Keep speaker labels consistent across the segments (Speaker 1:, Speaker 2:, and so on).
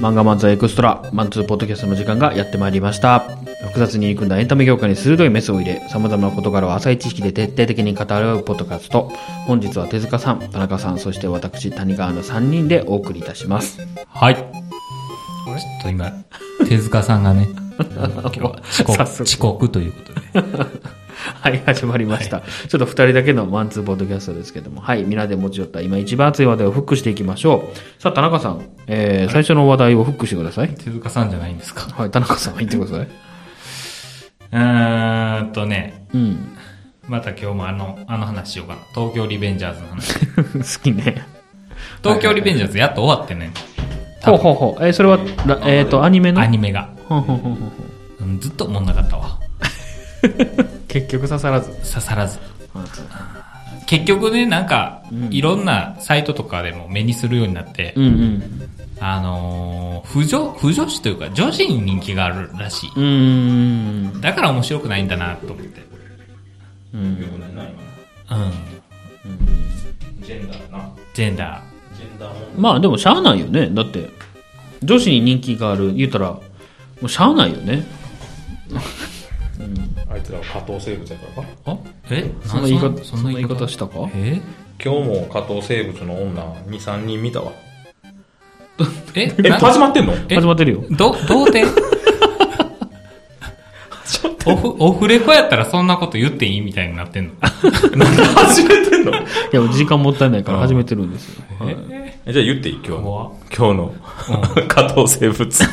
Speaker 1: 漫画漫才エクストラマンツーポッドキャストの時間がやってまいりました複雑に入り組んだエンタメ業界に鋭いメスを入れさまざまな事柄を浅い知識で徹底的に語るポッドキャスト本日は手塚さん田中さんそして私谷川の3人でお送りいたします
Speaker 2: はい。ちょっと今、手塚さんがね、あの今日は遅刻
Speaker 1: 早速
Speaker 2: 遅刻ということで。
Speaker 1: はい、始まりました。ちょっと二人だけのマンツーポッドキャストですけども、はい、皆で持ち寄った今一番熱い話題をフックしていきましょう。さあ、田中さん、えー、最初の話題をフックしてください。
Speaker 2: 手塚さんじゃないんですか。
Speaker 1: はい、田中さん、言ってください。
Speaker 2: うーんとね、
Speaker 1: うん。
Speaker 2: また今日もあの、あの話しようかな。東京リベンジャーズの話。
Speaker 1: 好きね。
Speaker 2: 東京リベンジャーズやっと終わってね。
Speaker 1: ほうほうほう。えー、それは、らえっ、と、アニメの
Speaker 2: アニメが。
Speaker 1: ほうほうほうほう
Speaker 2: うんずっと思んなかったわ。
Speaker 1: 結局刺さらず。
Speaker 2: 刺さらず。結局ね、なんか、いろんなサイトとかでも目にするようになって、
Speaker 1: うんうん。
Speaker 2: あのー、不女、不女子というか、女子に人気があるらしい。
Speaker 1: うーん。
Speaker 2: だから面白くないんだなと思って。
Speaker 1: うん。
Speaker 2: うん。ジェンダーな。
Speaker 1: まあ、でも、しゃあないよね。だって、女子に人気がある、言うたら、もうしゃあないよね。
Speaker 3: あいつらは加藤生物やからか
Speaker 2: ジェンダー。あえ
Speaker 1: そんな言い
Speaker 2: なん
Speaker 1: 方、
Speaker 2: そ
Speaker 1: そ
Speaker 2: ん
Speaker 1: ん
Speaker 2: な
Speaker 1: な
Speaker 2: 言
Speaker 1: 言
Speaker 2: い
Speaker 1: い
Speaker 2: 方
Speaker 1: 方したか
Speaker 2: え
Speaker 3: 今日も加藤生物の女23人見たわ
Speaker 2: え
Speaker 3: え
Speaker 2: なん
Speaker 3: 始まってんの
Speaker 2: え
Speaker 1: 始まってるよ。
Speaker 2: ど、童貞オフ、オフレコやったらそんなこと言っていいみたいになってんの。
Speaker 3: なんで始めてんの
Speaker 1: いや、時間もったいないから
Speaker 3: うん
Speaker 1: 始めてるんですよ。はい
Speaker 3: えじゃあ言っていい今日
Speaker 2: 怖
Speaker 3: の今日の 加藤生物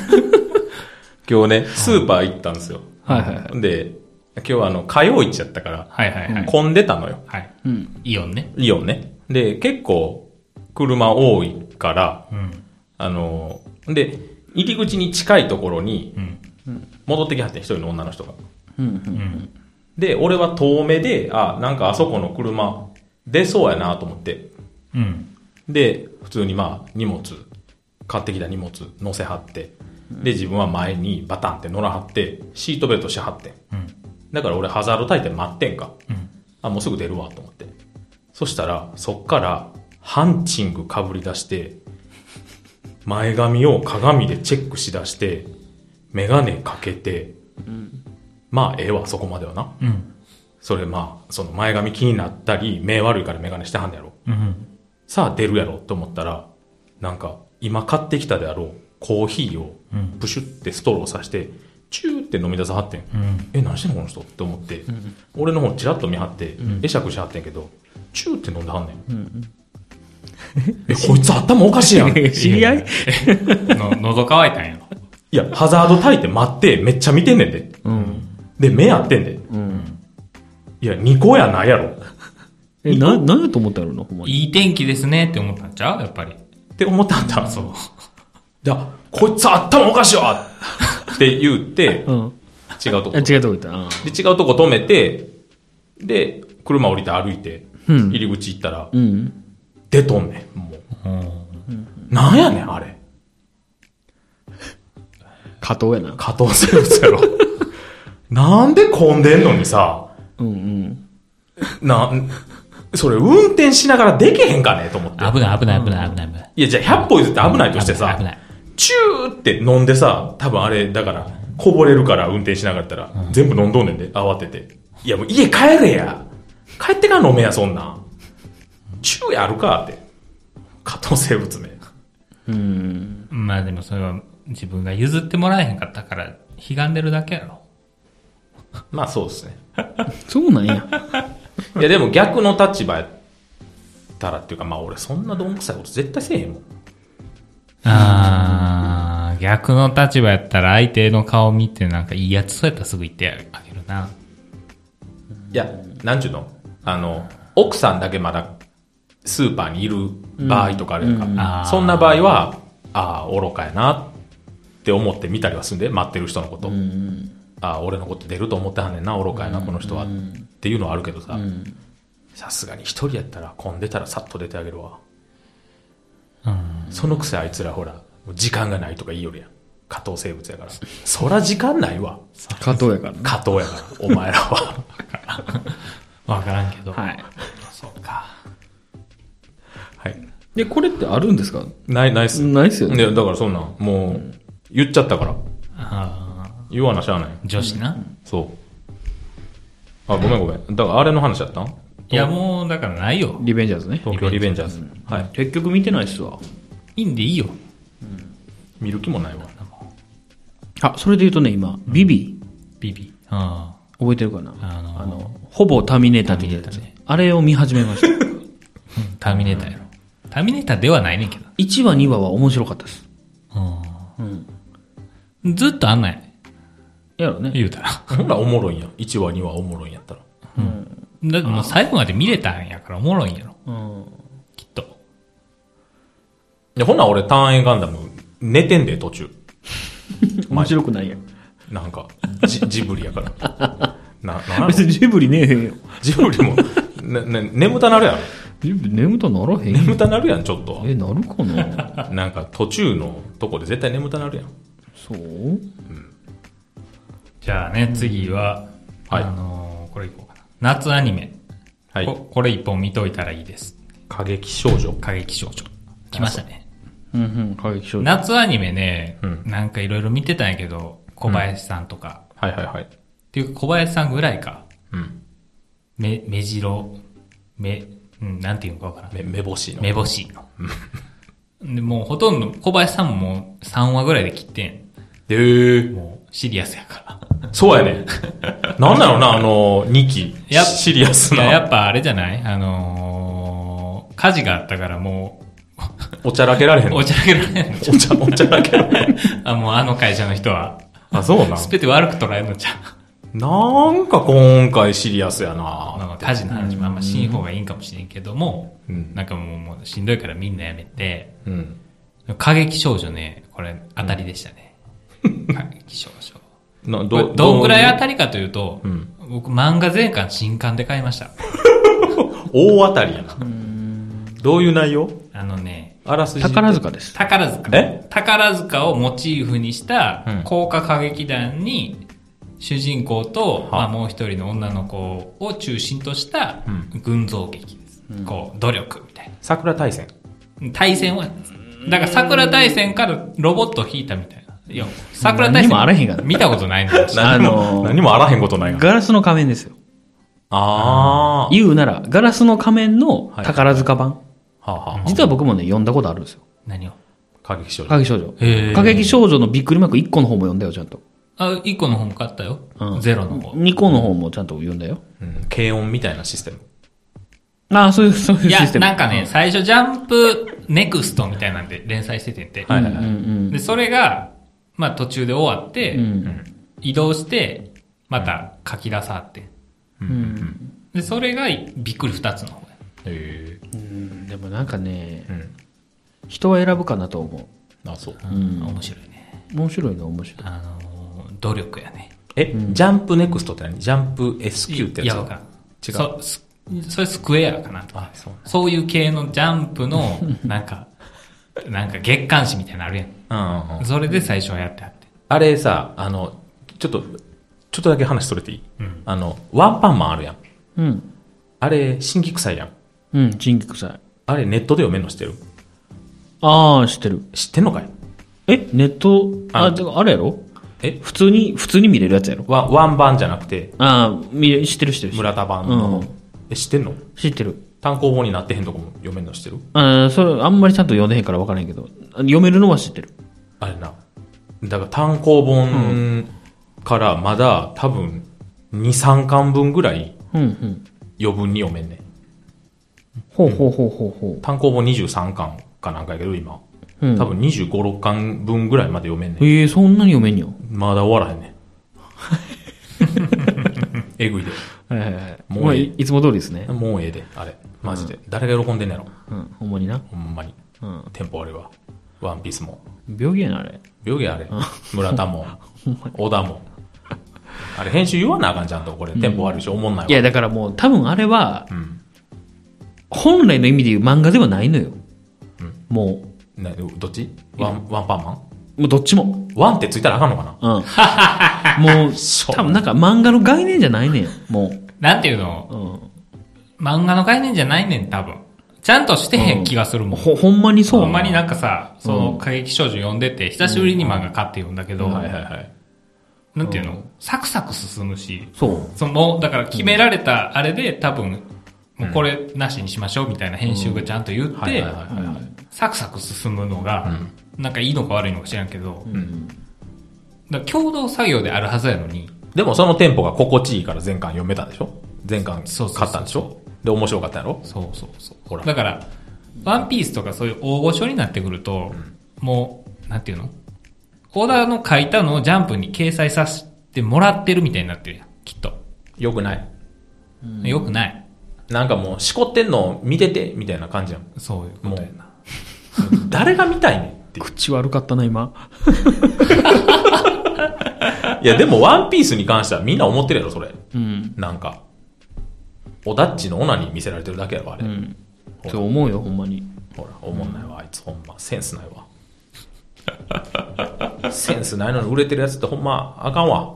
Speaker 3: 今日ねスーパー行ったんですよ
Speaker 1: はいはいはい。
Speaker 3: で今日はあの火曜市やったから
Speaker 2: はいはいはい。
Speaker 3: 混んでたのよ
Speaker 2: はい。
Speaker 1: うん。
Speaker 2: イオンね。
Speaker 3: イオンねで結構車多いから
Speaker 2: うん。
Speaker 3: あので入り口に近いところに
Speaker 2: うん。
Speaker 3: 戻ってきはってん一人の女の人が
Speaker 1: うんう。
Speaker 2: うんん。
Speaker 3: で、俺は遠目で、あ、なんかあそこの車出そうやなと思って。
Speaker 2: うん。
Speaker 3: で、普通にまあ荷物、買ってきた荷物乗せはって。で、自分は前にバタンって乗らはって、シートベルトしはってん。
Speaker 2: うん。
Speaker 3: だから俺ハザード焚いて待ってんか。
Speaker 2: うん。
Speaker 3: あ、もうすぐ出るわと思って。そしたら、そっからハンチング被り出して、前髪を鏡でチェックしだして、メガネかけて、まあええわ、そこまではな。
Speaker 2: うん。
Speaker 3: それまあ、その前髪気になったり、目悪いからメガネしてはんねやろ。
Speaker 2: うん。
Speaker 3: さあ出るやろと思ったら、なんか今買ってきたであろうコーヒーを
Speaker 2: うん
Speaker 3: プシュってストローさして、チューって飲み出さはってん。
Speaker 2: うん。
Speaker 3: え、何してんのこの人って思って、俺の方チラッと見張って、会釈しはってんけど、チューって飲んではんねん。え、こいつ頭おかしいやん。い
Speaker 1: 知り 合い
Speaker 2: の、喉乾いたんやろ。
Speaker 3: や、ハザード焚いて待って、めっちゃ見てんねんで。
Speaker 1: うん。
Speaker 3: で、目合ってんで。
Speaker 1: うん。
Speaker 3: いや、2個やないやろ。
Speaker 1: え、な、何やと思ったやろな、ほんまに。
Speaker 2: いい天気ですねって思ったんちゃうやっぱり。
Speaker 3: って思ったん だ。
Speaker 2: そう。
Speaker 3: いや、こいつ頭おかしいわって言って、
Speaker 1: うん。
Speaker 3: 違うとこ。
Speaker 1: あ、
Speaker 3: で、
Speaker 1: 違うとこ行った。あ
Speaker 3: 違うとこ止めて、で、車降りて歩いて、
Speaker 1: うん
Speaker 3: 入り口行ったら、
Speaker 1: うん。
Speaker 3: 出とんねん、も
Speaker 2: うん。
Speaker 3: う。なんやねん、あれ。
Speaker 1: 加藤やな。
Speaker 3: 加藤生物やろ。 なんで混んでんのにさ、
Speaker 1: うんうん。
Speaker 3: なん、それ運転しながらでけへんかねと思って。
Speaker 2: 危ない危ない危ない危ない危ない。
Speaker 3: いや、じゃあ100歩譲って危ないとしてさ、
Speaker 2: 危ない。
Speaker 3: チューって飲んでさ、多分あれ、だから、こぼれるから運転しなかったら、全部飲んどんねんで、慌てて。いや、もう家帰れや。帰ってから飲めや、そんなん。チューやるかって。加藤生物め。
Speaker 1: うん。
Speaker 2: まあでもそれは自分が譲ってもらえへんかったから、ひがんでるだけやろ。
Speaker 3: まあそうですね。
Speaker 1: そうなんや。
Speaker 3: いや、でも逆の立場やったらっていうか、まあ俺そんなどんくさいこと絶対せえへんもん。
Speaker 2: あー、逆の立場やったら相手の顔見てなんかいいやつそうやったらすぐ言ってあげるな。
Speaker 3: いや、なんちゅうのあの、奥さんだけまだスーパーにいる場合とかあるやんか。
Speaker 1: うんうん
Speaker 2: あー
Speaker 3: そんな場合は、ああ、愚かやなって思って見たりはすんで、待ってる人のこと。
Speaker 1: うん。
Speaker 3: ああ、俺のこと出ると思ってはんねんな、愚かやな、この人は。っていうのはあるけどさ、さすがに一人やったら混んでたらさっと出てあげるわ。
Speaker 2: うん。
Speaker 3: そのくせあいつらほら、もう時間がないとか言いよるやん。加藤生物やから。そら時間ないわ。
Speaker 1: 加藤やからな。
Speaker 3: 加藤やから、お前らは。
Speaker 2: わからんけど。
Speaker 1: はい。
Speaker 2: そうか。
Speaker 3: はい。
Speaker 1: で、これってあるんですか
Speaker 3: ない、ないっす。い
Speaker 1: ないですよね。
Speaker 3: や、だからそんなん、もう、言っちゃったから。
Speaker 2: ああ、
Speaker 3: 言わなしゃあない。
Speaker 2: 女子な。
Speaker 3: そう。あ、ごめんごめん。だからあれの話やったん
Speaker 2: いや、もう、だからないよ。
Speaker 1: リベンジャーズね。
Speaker 3: 東京リベンジャーズ。はい。
Speaker 1: 結局見てないっすわ。
Speaker 2: いいんでいいよ。
Speaker 3: 見る気もないわ。
Speaker 1: あ、それで言うとね、今、ビビ、
Speaker 2: ビビ。あ
Speaker 1: 覚えてるかな
Speaker 2: あ、あの、
Speaker 1: あの、ほぼターミネーターみたいなやつ
Speaker 2: ターミネ。
Speaker 1: あれを見始めま した。
Speaker 2: ターミネーターやろ。ターミネーターではないねんけど。
Speaker 1: 1話、2話は面白かったです。
Speaker 2: うん。ずっとあんない。
Speaker 1: やろね。
Speaker 2: 言うたら。
Speaker 3: ほら、おもろいんや。1話、2話おもろいんやったら。
Speaker 2: だってもう最後まで見れたんやからおもろいんやろ。
Speaker 1: うん。
Speaker 2: きっと。
Speaker 3: いや、ほな俺、ターンエンガンダム、寝てんで、途中。
Speaker 1: 面白くないやん。
Speaker 3: なんか、ジ ジブリやから。な、なん やろ
Speaker 1: 別にジブリねえへんよ。
Speaker 3: ジブリも、ね、ね、眠たなるやん。
Speaker 1: ジブリ眠たならへんよ。
Speaker 3: 眠たなるやん、ちょっと
Speaker 1: え、なるかな
Speaker 3: は。なんか、途中のとこで絶対眠たなるやん。
Speaker 1: そう
Speaker 2: じゃあね、次は、
Speaker 3: はい
Speaker 2: あのーこれいこうかな。夏アニメ。
Speaker 3: はい
Speaker 2: こ。これ一本見といたらいいです。
Speaker 3: 過激少女。
Speaker 2: 過激少女。来ましたね。
Speaker 1: うんうん、過激少女。
Speaker 2: 夏アニメね、
Speaker 3: うん
Speaker 2: なんかいろいろ見てたんやけど、小林さんとか、
Speaker 3: はいはいはい。
Speaker 2: っていうか小林さんぐらいか、
Speaker 3: うん。
Speaker 2: め、目白、め、うん、なんていうのかわからん。
Speaker 3: め、目星の。
Speaker 2: 目星の。で、もうほとんど、小林さんももう3話ぐらいで切ってん。
Speaker 3: えー、
Speaker 2: もう、シリアスや から。
Speaker 3: そうやね。なんだろうな、あの、2期。
Speaker 2: やっ
Speaker 3: シリアス
Speaker 2: いや、や
Speaker 3: な。
Speaker 2: っぱあれじゃないあのー、火事があったからも
Speaker 3: おちゃらけられへん
Speaker 2: う、
Speaker 3: の。
Speaker 2: お
Speaker 3: おち
Speaker 2: 茶らけられないの ちゃ
Speaker 3: ゃ、おちゃらけられへん。
Speaker 2: うあ、もうあの会社の人は、
Speaker 3: あ、そうなん
Speaker 2: す。べて悪く捉えるのちゃ
Speaker 3: なんか今回シリアスや
Speaker 2: う。まあ
Speaker 3: な
Speaker 2: まあ火事の話もあんましん方がいいんかもしれんけども、
Speaker 3: うん。
Speaker 2: なんかもう、もうしんどいからみんなやめて、
Speaker 3: うん。
Speaker 2: 過激少女ね、これ、当たりでしたね。過激少女。
Speaker 3: な
Speaker 2: これどんぐらい当
Speaker 3: た
Speaker 2: たりかというと、
Speaker 3: うん
Speaker 2: 僕漫画全巻新刊で買いました。
Speaker 3: 大当たりやな。どういう内容
Speaker 2: あのね、
Speaker 3: あらすじ。
Speaker 1: 宝塚です。
Speaker 2: 宝塚。
Speaker 3: え
Speaker 2: 宝塚をモチーフにした
Speaker 3: うん
Speaker 2: 高歌歌劇団に、主人公と、まあ、もう一人の女の子を中心とした
Speaker 3: う
Speaker 2: 群像劇です。こう、努力みたいな。
Speaker 3: 桜大戦。
Speaker 2: 対戦は、だから桜大戦からロボットを引いたみたいな。いや、桜大
Speaker 1: 何
Speaker 2: 戦。
Speaker 1: もあらへんがな
Speaker 2: 見たことな いのよ。
Speaker 1: あ
Speaker 3: 何も、
Speaker 1: のー
Speaker 3: 何もあらへんことないが。
Speaker 1: ガラスの仮面ですよ。
Speaker 3: あー。
Speaker 1: 言うなら、ガラスの仮面の宝塚版。
Speaker 3: はあはあはあ
Speaker 1: 実は僕もね、読んだことあるんですよ。
Speaker 2: 何を
Speaker 3: 過激少女。
Speaker 1: 過激少女。
Speaker 2: へー
Speaker 1: 過激少女のびっくりマーク1個の方も読んだよ、ちゃんと。
Speaker 2: あ、1個の本買ったよ。
Speaker 1: うん
Speaker 2: ゼロの方。
Speaker 1: 2個の方もちゃんと読んだよ。
Speaker 3: うん。軽音みたいなシステム。
Speaker 1: ああ、そういう、そういう
Speaker 2: いや
Speaker 1: システ、ム。
Speaker 2: なんかね、最初ジャンプネクストみたいなんで連載しててんて。
Speaker 3: はいはい
Speaker 1: うん
Speaker 3: は
Speaker 1: う
Speaker 3: い。
Speaker 1: ん。
Speaker 2: で、それが、まあ途中で終わって、
Speaker 1: うん。
Speaker 2: 移動して、また書き出さはって。
Speaker 1: うん。
Speaker 2: で、それがびっくり二つの方や。
Speaker 3: え
Speaker 1: うんでもなんかね
Speaker 3: え。、うん。
Speaker 1: 人は選ぶかなと思
Speaker 3: あ、そう。
Speaker 1: ん
Speaker 2: 面白いね。
Speaker 1: う。面白いのは面白い。
Speaker 2: あのー努力やね。
Speaker 3: え、ジャンプネクストって何ジャンプ SQ って
Speaker 2: い
Speaker 3: やつ
Speaker 2: やわからん。
Speaker 3: 違
Speaker 2: そ
Speaker 3: う
Speaker 2: すそれスクエアかなと
Speaker 3: あ、そう。
Speaker 2: そういう系のジャンプ の、なんか、なんか月刊誌みたいなのあるやん。
Speaker 3: うんうんうん。
Speaker 2: それで最初はやってはって。
Speaker 3: あれさ、あの、ちょっと、ちょっとだけ話それていいあの、ワンパンマンあるやん。
Speaker 1: うん。
Speaker 3: あれ、新規臭いやん。
Speaker 1: うん、チンキ臭い。
Speaker 3: あれ、ネットで読めんの知ってる
Speaker 1: ああ、知ってる。
Speaker 3: 知ってんのかい
Speaker 1: え、ネット、あ、
Speaker 3: あ
Speaker 1: でもあれやろ
Speaker 3: え
Speaker 1: 普通に、普通に見れるやつやろ
Speaker 3: ワンワンバンじゃなくて、
Speaker 1: ああ、見れ、知ってる知ってる。
Speaker 3: 村田版の、
Speaker 1: うん
Speaker 3: え、知ってんの
Speaker 1: 知ってる。
Speaker 3: 単行本になってへんとこも読めんの知ってる
Speaker 1: ああ、それ、あんまりちゃんと読んでへんから分からへんけど、あ読めるのは知ってる。
Speaker 3: あれな。だから単行本からまだ多分2、3巻分ぐらい
Speaker 1: うんうん。
Speaker 3: 余分に読めんねん。
Speaker 1: ほうほうほうほうほ
Speaker 3: 単行本23巻かなんかやけど今。
Speaker 1: う。うん
Speaker 3: 多。分25、6巻分ぐらいまで読めんねん。
Speaker 1: ええそんなに読めんよ。
Speaker 3: まだ終わらへ んねん。えぐいで。
Speaker 1: はいはいはい。
Speaker 3: もう
Speaker 1: まあ
Speaker 3: いい
Speaker 1: いいつも通りですね。
Speaker 3: もうええで、あれ。マジで。誰が喜んでんねやろ。
Speaker 1: うん、ほんまにな。
Speaker 3: ほんまに。
Speaker 1: うん。
Speaker 3: テンポ悪いわ。ワンピースも。
Speaker 1: 病気やな、あれ。
Speaker 3: 病気あれ。村 田も。小田も。あれ、編集言わなあかんじゃんと、これ。テンポ悪いし、おもんない
Speaker 1: い
Speaker 3: わ。
Speaker 1: や、だからもう、多分あれは、
Speaker 3: うん。
Speaker 1: 本来の意味で言う漫画ではないのよ。
Speaker 3: うん
Speaker 1: も
Speaker 3: などっちワン、ワンパンマン
Speaker 1: う、もうどっちも。
Speaker 3: ワンってついたらあかんのかな
Speaker 1: うん。もう、
Speaker 3: そう
Speaker 1: 多分なんか漫画の概念じゃないねん。も
Speaker 2: なんていうの
Speaker 1: う。うん。
Speaker 2: 漫画の概念じゃないねん、多分。ちゃんとしてへん気がするもん。
Speaker 1: ほ、ほんまにそう。
Speaker 2: ほんまになん
Speaker 1: か。
Speaker 2: かさ、その過激少女読んでて、久しぶりに漫画買って読んだけど、
Speaker 3: はいはいはい。
Speaker 2: なんていうの、サクサク進むし、
Speaker 1: そう。
Speaker 2: そのもうだから決められたあれで多分、もうこれなしにしましょうみたいな編集がちゃんと言っ
Speaker 3: はい
Speaker 2: て
Speaker 3: はい、はいはい。
Speaker 2: サクサク進むのが、なんかいいのか悪いのか知らんけど、だから共同作業であるはずやのに、
Speaker 3: でもそのテンポが心地いいから全巻読めたんでしょ全巻
Speaker 2: そうそうそう
Speaker 3: 買ったんでしょで、面白かったんやろ
Speaker 2: そうそうそう。
Speaker 3: ほら
Speaker 2: だから、ワンピースとかそういう大御所になってくると、もう、なんていうのオーダーの書いたのをジャンプに掲載させてもらってるみたいになってるやん、きっと。
Speaker 3: よくない。
Speaker 2: よくない。
Speaker 3: なんかもう、しこってんの見てて、みたいな感じやん。
Speaker 2: そういうこ
Speaker 3: も
Speaker 2: とや
Speaker 3: う
Speaker 2: な。、
Speaker 3: 誰が見たいねんっていう。
Speaker 1: 口悪かったな、今。
Speaker 3: いや、でもワンピースに関してはみんな思ってるやろ、それ。
Speaker 1: うん。
Speaker 3: なんか。おだっちのオナに見せられてるだけやろ、あれ。
Speaker 1: うん。そう思うよ、ほんまに。
Speaker 3: ほら、思んないわ、あいつ、ほんま。センスないわ。 センスないのに売れてるやつってほんま、あかんわ。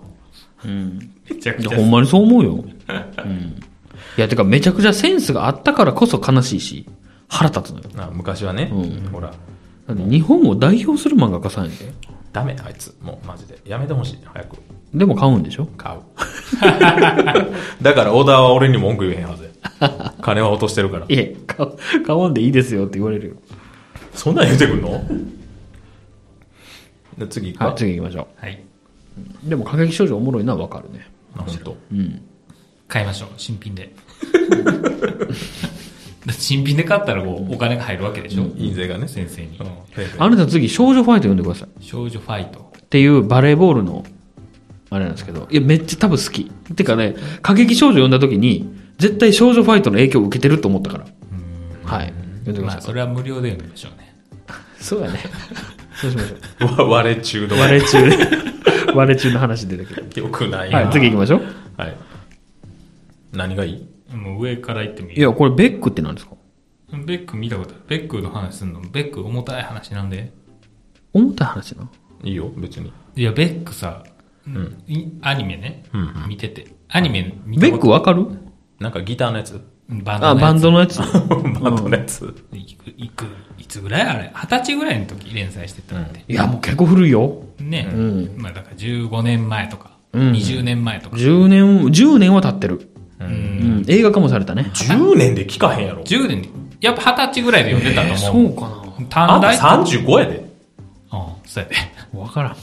Speaker 1: うん。
Speaker 2: めちゃく
Speaker 1: い
Speaker 2: ち
Speaker 1: や
Speaker 2: ゃ
Speaker 1: ほんまにそう思うよ。うん。い や、てか、めちゃくちゃセンスがあったからこそ悲しいし、腹立つのよ。
Speaker 3: な昔はね、
Speaker 1: うん
Speaker 3: ほら、
Speaker 1: だって日本を代表する漫画家さんやで。
Speaker 3: ダメ、あいつ。もう、マジで。やめてほしい。早く。
Speaker 1: でも買うんでしょ
Speaker 3: 買う。 だから、オーダーは俺に文句言えへんはずや。金は落としてるから。
Speaker 1: いえ、買う、買わんでいいですよって言われるよ。
Speaker 3: そんなん言うてくんので次行く
Speaker 1: は
Speaker 3: か。
Speaker 1: い、次行きましょ
Speaker 2: はい。
Speaker 1: う。でも、過激少女おもろいのはわかるね。
Speaker 3: あほんと
Speaker 1: うん。
Speaker 2: 買いましょう、新品で。 だって新品で買ったらこうお金が入るわけでしょ、
Speaker 3: 印税がね。
Speaker 2: 先生に、
Speaker 1: あなた次、少女ファイト読んでください。
Speaker 2: 少女ファイト。
Speaker 1: っていうバレーボールのあれなんですけどいやめっちゃ多分好きてかね過激少女読んだ時に絶対少女ファイトの影響を受けてると思ったからはい読んでくだ
Speaker 2: ま
Speaker 1: さ
Speaker 2: あ、
Speaker 1: い、
Speaker 2: それは無料で読みましょうね。
Speaker 1: そうやねそうしましょう
Speaker 3: わ割れ中毒。
Speaker 1: 割れ中で 割れ中の話出たけど
Speaker 3: よくないな。
Speaker 1: はい次行きましょう
Speaker 3: はい。何がいい
Speaker 2: もう上から行ってもいい
Speaker 1: いやこれベックって何ですか
Speaker 2: ベック見たことある。ベックの話すんのベック重たい話なんで。
Speaker 1: 重たい話ない
Speaker 3: いよ、別に。
Speaker 2: いや、ベックさ、いアニメね、
Speaker 3: うん
Speaker 2: 見てて。アニメ見
Speaker 1: ベック
Speaker 2: は
Speaker 1: わかる
Speaker 3: なんかギターの やつ
Speaker 2: バンド
Speaker 1: あ
Speaker 2: のや
Speaker 1: バ
Speaker 2: つ
Speaker 1: ンドのやつ
Speaker 3: バンドのやつ。
Speaker 2: いく、いく、いつぐらいあれ二十歳ぐらいの時連載してたんで。
Speaker 1: いやもう結構古いよ
Speaker 2: ね、
Speaker 1: ん
Speaker 2: まあだから15年前とか、
Speaker 1: うん
Speaker 2: 20年前とか。
Speaker 1: 10年10年は経ってる、
Speaker 2: う。
Speaker 1: うんん、映画化もされたね
Speaker 3: 10年で聞かへんやろ。
Speaker 2: 10年に、やっぱ二十歳ぐらいで読んでたと
Speaker 1: そ
Speaker 2: 思う。
Speaker 1: うかな
Speaker 2: 短
Speaker 3: あんた
Speaker 2: 大
Speaker 3: 35やで。
Speaker 2: うん、そうやで。
Speaker 1: わからんも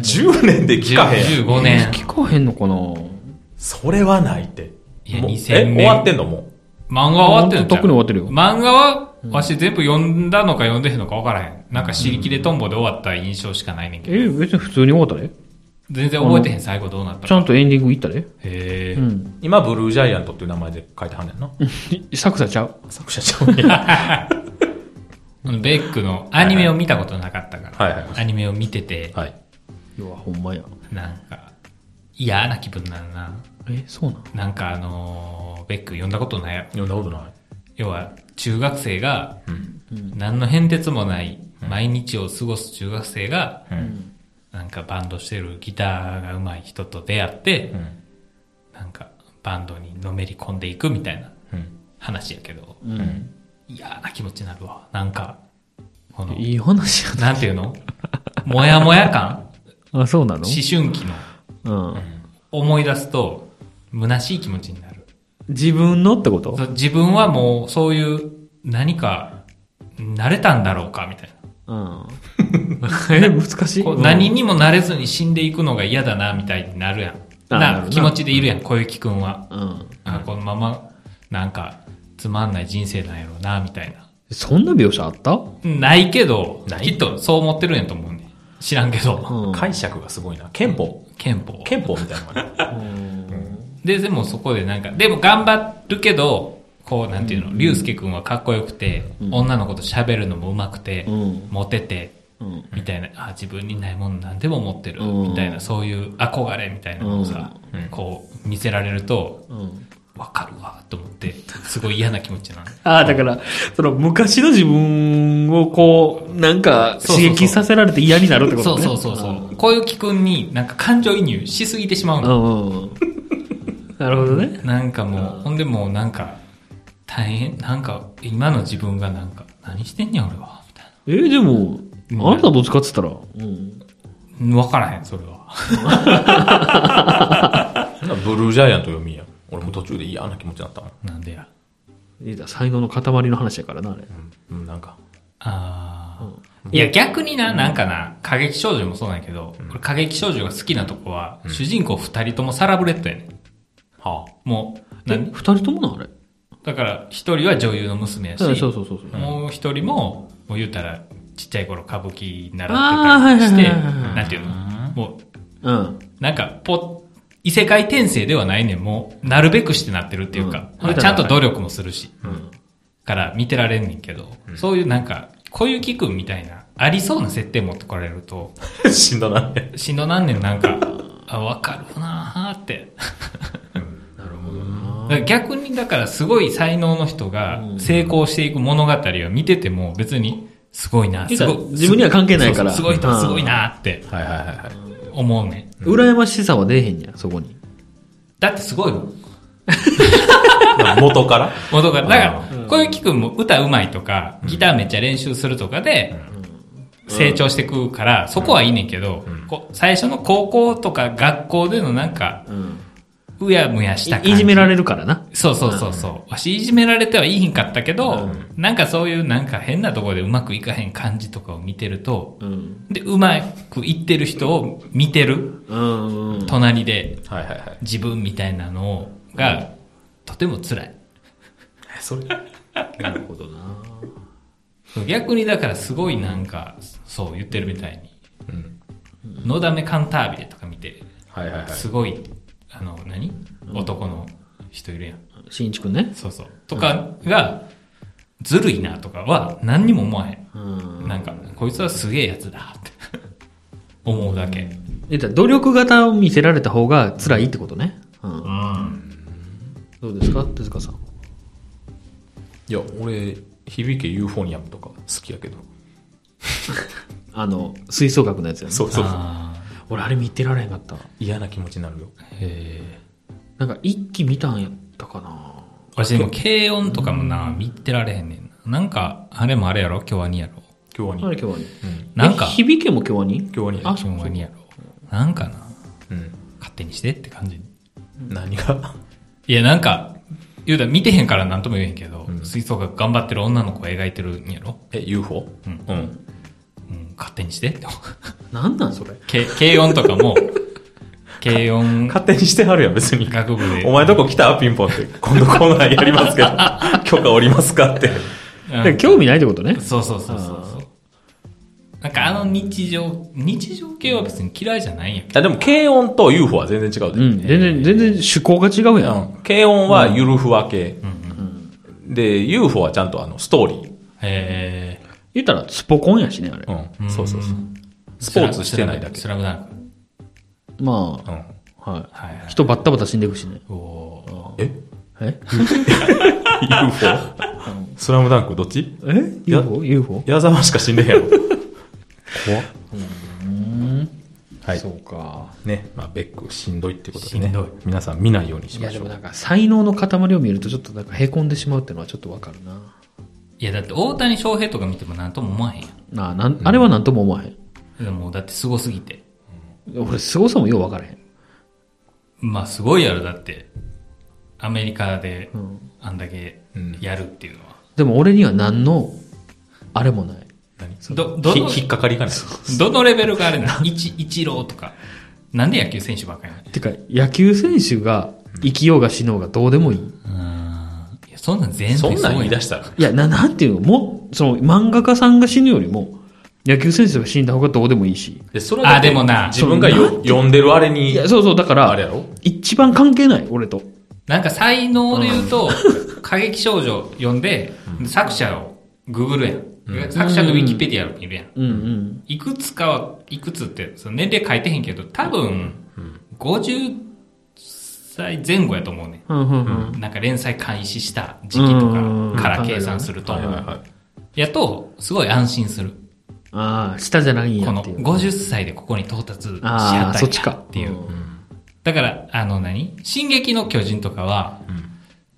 Speaker 3: 10年で聞かへんやろ。
Speaker 2: 15年。
Speaker 1: 聞かへんのかな
Speaker 3: それはないって。
Speaker 2: いや
Speaker 3: もう
Speaker 2: 2000
Speaker 3: え、
Speaker 2: 年
Speaker 3: 終わってんのも
Speaker 2: 漫画は終わってるんちゃう
Speaker 1: 特に終わってるよ
Speaker 2: 漫画は、わし全部読んだのか読んでへんのか分からへん。なんか尻切れトンボで終わった印象しかないねんけど。
Speaker 1: え別に普通に終わったで
Speaker 2: 全然覚えてへん、最後どうなった
Speaker 1: ちゃんとエンディングいったで
Speaker 2: へ
Speaker 1: う。
Speaker 2: え。
Speaker 3: うん今、ブルージャイアントっていう名前で書いてはんねんな。
Speaker 1: 作者ちゃう
Speaker 3: 作者ちゃうんや。
Speaker 2: ベックのアニメを見たことなかったから、
Speaker 3: はいはいはい
Speaker 2: アニメを見てて、
Speaker 3: はい。
Speaker 1: うわ、ほんまや。
Speaker 2: なんか、嫌な気分になるな。
Speaker 1: え、そうなん
Speaker 2: なんかあのーベック読んだことないやろ
Speaker 3: 読んだことない。
Speaker 2: 要は中学生が、何の変哲もない毎日を過ごす中学生が、なんかバンドしてるギターが上手い人と出会って、
Speaker 3: ん
Speaker 2: なんかバンドにのめり込んでいくみたいな
Speaker 3: うん。
Speaker 2: 話やけど、
Speaker 1: うん。
Speaker 2: 嫌な気持ちになるわ。なんか、この、
Speaker 1: いい話や
Speaker 2: なんていうのもやもや感
Speaker 1: な。あ、そうなの
Speaker 2: 思春期の
Speaker 1: うん。
Speaker 2: 思い出すと、虚しい気持ちになる。
Speaker 1: 自分のってこと
Speaker 2: そう自分はもうそういう何か慣れたんだろうかみたいな。
Speaker 1: うん。 え、難しい
Speaker 2: こう何にもなれずに死んでいくのが嫌だな、みたいになるやん。
Speaker 1: あなる
Speaker 2: な
Speaker 1: な
Speaker 2: 気持ちでいるやん、小雪くんは。
Speaker 1: うん。
Speaker 2: あこのまま、なんか、つまんない人生なんやろうな、みたいな。
Speaker 1: そんな描写あった
Speaker 2: ないけど、
Speaker 3: ない
Speaker 2: きっとそう思ってるんやと思うねん。知らんけど、
Speaker 1: うん。
Speaker 3: 解釈がすごいな。憲法。
Speaker 2: 憲法。
Speaker 3: 憲法みたいなのが ね。
Speaker 2: で、でもそこでなんか、でも頑張るけど、こう、なんていうの、竜介くんはかっこよくて、女の子と喋るのも上手くて、
Speaker 1: うん
Speaker 2: モテて、
Speaker 1: うん。
Speaker 2: みたいな、あ、自分にないもの何でも持ってる、
Speaker 1: うん
Speaker 2: みたいな、そういう憧れみたいなのをさ、こう、見せられると、
Speaker 1: うん。
Speaker 2: わかるわ、と思って、すごい嫌な気持ちなの。
Speaker 1: ああ、だから、その昔の自分をこう、なんか
Speaker 2: そうそう
Speaker 1: 刺
Speaker 2: そう
Speaker 1: 激させられて嫌になるってこと
Speaker 2: そう
Speaker 1: ね。
Speaker 2: そうそうそう。小雪くんになんか感情移入しすぎてしまう
Speaker 1: う
Speaker 2: の。
Speaker 1: ん。うん。なるほどね。
Speaker 2: なんかもう、ほんでもうなんか、大変、なんか、今の自分がなんか、何してんねん俺は、みたい
Speaker 1: えーでも、
Speaker 2: うん
Speaker 1: あなたどっちかって言ったら、うん。
Speaker 2: な。わからへん、それは。
Speaker 3: ほんならブルージャイアント読みや。俺も途中で嫌な気持ちになったもん。
Speaker 2: なんでや。
Speaker 1: 言うたら才能の塊の話やからな、あれ。
Speaker 3: うん、うんなんか。
Speaker 2: ああ。いや、逆にな、なんかな、過激少女もそうなんやけど、俺過激少女が好きなとこは、主人公二人ともサラブレッドやねん。
Speaker 3: は
Speaker 2: もう、
Speaker 1: え
Speaker 2: 何
Speaker 1: 二人ともな、あれ。
Speaker 2: だから、一人は女優の娘やし、
Speaker 1: そうそうそうそう。
Speaker 2: もう一人も、もう言うたら、ちっちゃい頃歌舞伎
Speaker 1: あー
Speaker 2: 習ってたりして、
Speaker 1: はいはいはいはい
Speaker 2: なんていうのも
Speaker 1: うん。
Speaker 2: う、なんか、ぽ、異世界転生ではないねん。もう、なるべくしてなってるっていうか、
Speaker 1: うん
Speaker 2: ちゃんと努力もするし、から見てられんねんけど、そういうなんか、小雪くんみたいな、ありそうな設定持ってこられると、
Speaker 3: あ。 死んだなね。
Speaker 2: しんどなんねん、なん か、あ、わかるなーって。
Speaker 1: なるほどな。
Speaker 2: だから逆にだからすごい才能の人が成功していく物語を見てても別にすごいな、
Speaker 1: 言う
Speaker 2: す
Speaker 1: たら
Speaker 2: ごい
Speaker 1: 自分には関係ないから
Speaker 2: そうそうすごい
Speaker 1: うん
Speaker 2: 人すごいなって
Speaker 3: はいはいはいはい。
Speaker 2: 思うね。
Speaker 1: 羨ましさは出えへんや、そこに。
Speaker 2: だってすごいもん。
Speaker 3: だから元から
Speaker 2: 元がだから、小雪くんも歌うまいとか、ギターめっちゃ練習するとかで、成長してくから、そこはいいねんけど、こう最初の高校とか学校でのなんか、
Speaker 1: うん。
Speaker 2: うやむやした感じ。
Speaker 1: いいじめられるからな。
Speaker 2: そうそうそうそう。わしいじめられてはいいひんかったけど、なんかそういうなんか変なところでうまくいかへん感じとかを見てると、
Speaker 1: うん。
Speaker 2: で、うまくいってる人を見てる、
Speaker 1: うんうんうん。
Speaker 2: 隣で
Speaker 3: はいはいはい。
Speaker 2: 自分みたいなのをが、とても辛い。
Speaker 3: それ。
Speaker 1: なるほどな。
Speaker 2: 逆にだからすごいなんか、そう言ってるみたいに、
Speaker 3: うん。
Speaker 2: のだめカンタービレとか見て、
Speaker 3: はいはいはい。
Speaker 2: すごい、あの、何男の人いるやん。
Speaker 1: しんいちくんね。
Speaker 2: そうそう。とかが、ずるいなとかは何にも思わへん。
Speaker 1: うん。
Speaker 2: なんか、こいつはすげえやつだって 思うだけ。
Speaker 1: 言うたら努力型を見せられた方が辛いってことね。うん。どうですか手塚さん。
Speaker 3: いや、俺、響けユーフォニアムとか好きやけど。
Speaker 1: あの、吹奏楽のやつやね。
Speaker 3: そうそうそう。
Speaker 2: あ
Speaker 1: 俺、あれ見てられへんかった。
Speaker 3: 嫌な気持ちになるよ。
Speaker 2: ーへ
Speaker 1: なんか、一気見たんやったかな。
Speaker 2: ーわしでも、軽音とかもな、見てられへんねんな。なんか、あれもあれやろ京アニやろ
Speaker 3: 今日はに。
Speaker 1: あれ、今日はに。
Speaker 2: なんか
Speaker 1: え、響けも今日はに
Speaker 3: 今日は
Speaker 1: あ
Speaker 3: に。
Speaker 1: そう
Speaker 2: 京アニやろなんかな、
Speaker 3: うん。
Speaker 2: 勝手にしてって感じ。
Speaker 3: 何が
Speaker 2: いや、なんか、言うたら見てへんからなんとも言えへんけど、吹奏楽頑張ってる女の子を描いてるんやろ
Speaker 3: え、UFO?
Speaker 2: うん
Speaker 3: うん。
Speaker 2: うん、勝手にして って思う。
Speaker 1: なんなんそれ。
Speaker 2: け軽音とか も、軽音
Speaker 3: 勝手にしてはるやん、別に。
Speaker 2: 学部で。
Speaker 3: お前どこ来たピンポンって。今度コーナーやりますけど、 許可おりますかって。
Speaker 2: うん
Speaker 1: で興味ないってことね。
Speaker 2: そうそうそうそうそう。なんかあの日常、日常系は別に嫌いじゃないんやけ
Speaker 3: あでも、軽音と UFO は全然違う
Speaker 1: う
Speaker 3: で。
Speaker 1: ん。全然、全然趣向が違うやん。
Speaker 3: うん軽音はゆるふわ系。で、UFO はちゃんとあの、ストーリ
Speaker 2: ど。へえ。
Speaker 1: 言ったら、スポコンやしね、あれ。
Speaker 3: ー。うん。そうそうそう。スポーツしてないだけ。
Speaker 2: スラムダンク。
Speaker 1: ま
Speaker 3: う
Speaker 1: あ、
Speaker 3: ん。
Speaker 1: はい。
Speaker 2: はいはい。
Speaker 1: 人バッタバタ死んでいくしね。
Speaker 2: おお
Speaker 3: え
Speaker 1: え
Speaker 3: ?UFO? スラムダンクどっち
Speaker 1: え ?UFO?UFO?
Speaker 3: 矢沢しか死んでへんやろ。怖っはい。
Speaker 1: そうか。
Speaker 3: ね。まあ、ベックしんどいってことで
Speaker 2: しん
Speaker 3: ね
Speaker 2: どい。
Speaker 3: 皆さん見ないようにし
Speaker 1: い
Speaker 3: ま
Speaker 1: や
Speaker 3: し
Speaker 1: で
Speaker 3: ょ
Speaker 1: も
Speaker 3: う。
Speaker 1: なんか才能の塊を見るとちょっとなんかへこんでしまうっていうのはちょっとわかるな。
Speaker 2: いや、だって大谷翔平とか見てもなんとも思わへんや
Speaker 1: なあなんあれはなんとも思わへん。
Speaker 2: ん。でもだってすごすぎて。
Speaker 1: 俺、凄さもようわからへん。
Speaker 2: まあすごいやろ、だって。アメリカで
Speaker 1: ん
Speaker 2: あんだけ
Speaker 3: うん
Speaker 2: やるっていうのは。
Speaker 1: でも俺には何の、あれもない。
Speaker 3: 何
Speaker 2: ど、ど
Speaker 3: ひ
Speaker 2: の、
Speaker 3: 引っかかりがない。
Speaker 2: どのレベルがあれなの一、一郎とか。なんで野球選手ばっかりなの
Speaker 1: てか、野球選手が生きようが死のうがどうでもいい。
Speaker 2: うん。いや、そんなん全然
Speaker 3: そんなん言い出
Speaker 2: し
Speaker 3: したら。
Speaker 1: いや、な、なんていうのもう、その漫画家さんが死ぬよりも、野球選手が死んだ方がどうでもいいし。
Speaker 3: でそれはだって
Speaker 2: あでもな
Speaker 3: 自分がよ呼んでるあれに。
Speaker 1: いや、そうそう、だか
Speaker 3: あれや
Speaker 1: ら、
Speaker 3: ろ
Speaker 1: 一番関係ない、俺と。
Speaker 2: なんか才能で言うと、過激少女読んで、作者をググるやん。作者のウィキペディアを見るやん。
Speaker 1: うんうん。
Speaker 2: いくつかは、いくつって、その年齢書いてへんけど、多分、50歳前後やと思うね
Speaker 1: うんうんうん。
Speaker 2: ん。なんか連載開始した時期と
Speaker 1: うん
Speaker 2: かから計算すると
Speaker 3: はい。はいはい。
Speaker 2: やと、すごい安心する。
Speaker 1: ああ、下じゃないん
Speaker 2: こ
Speaker 1: や
Speaker 2: の
Speaker 1: っていう。
Speaker 2: 50歳でここに到達しはったん
Speaker 1: あ
Speaker 2: や
Speaker 1: あ、そっちか。
Speaker 2: っていう。だから、あの何進撃の巨人とかは、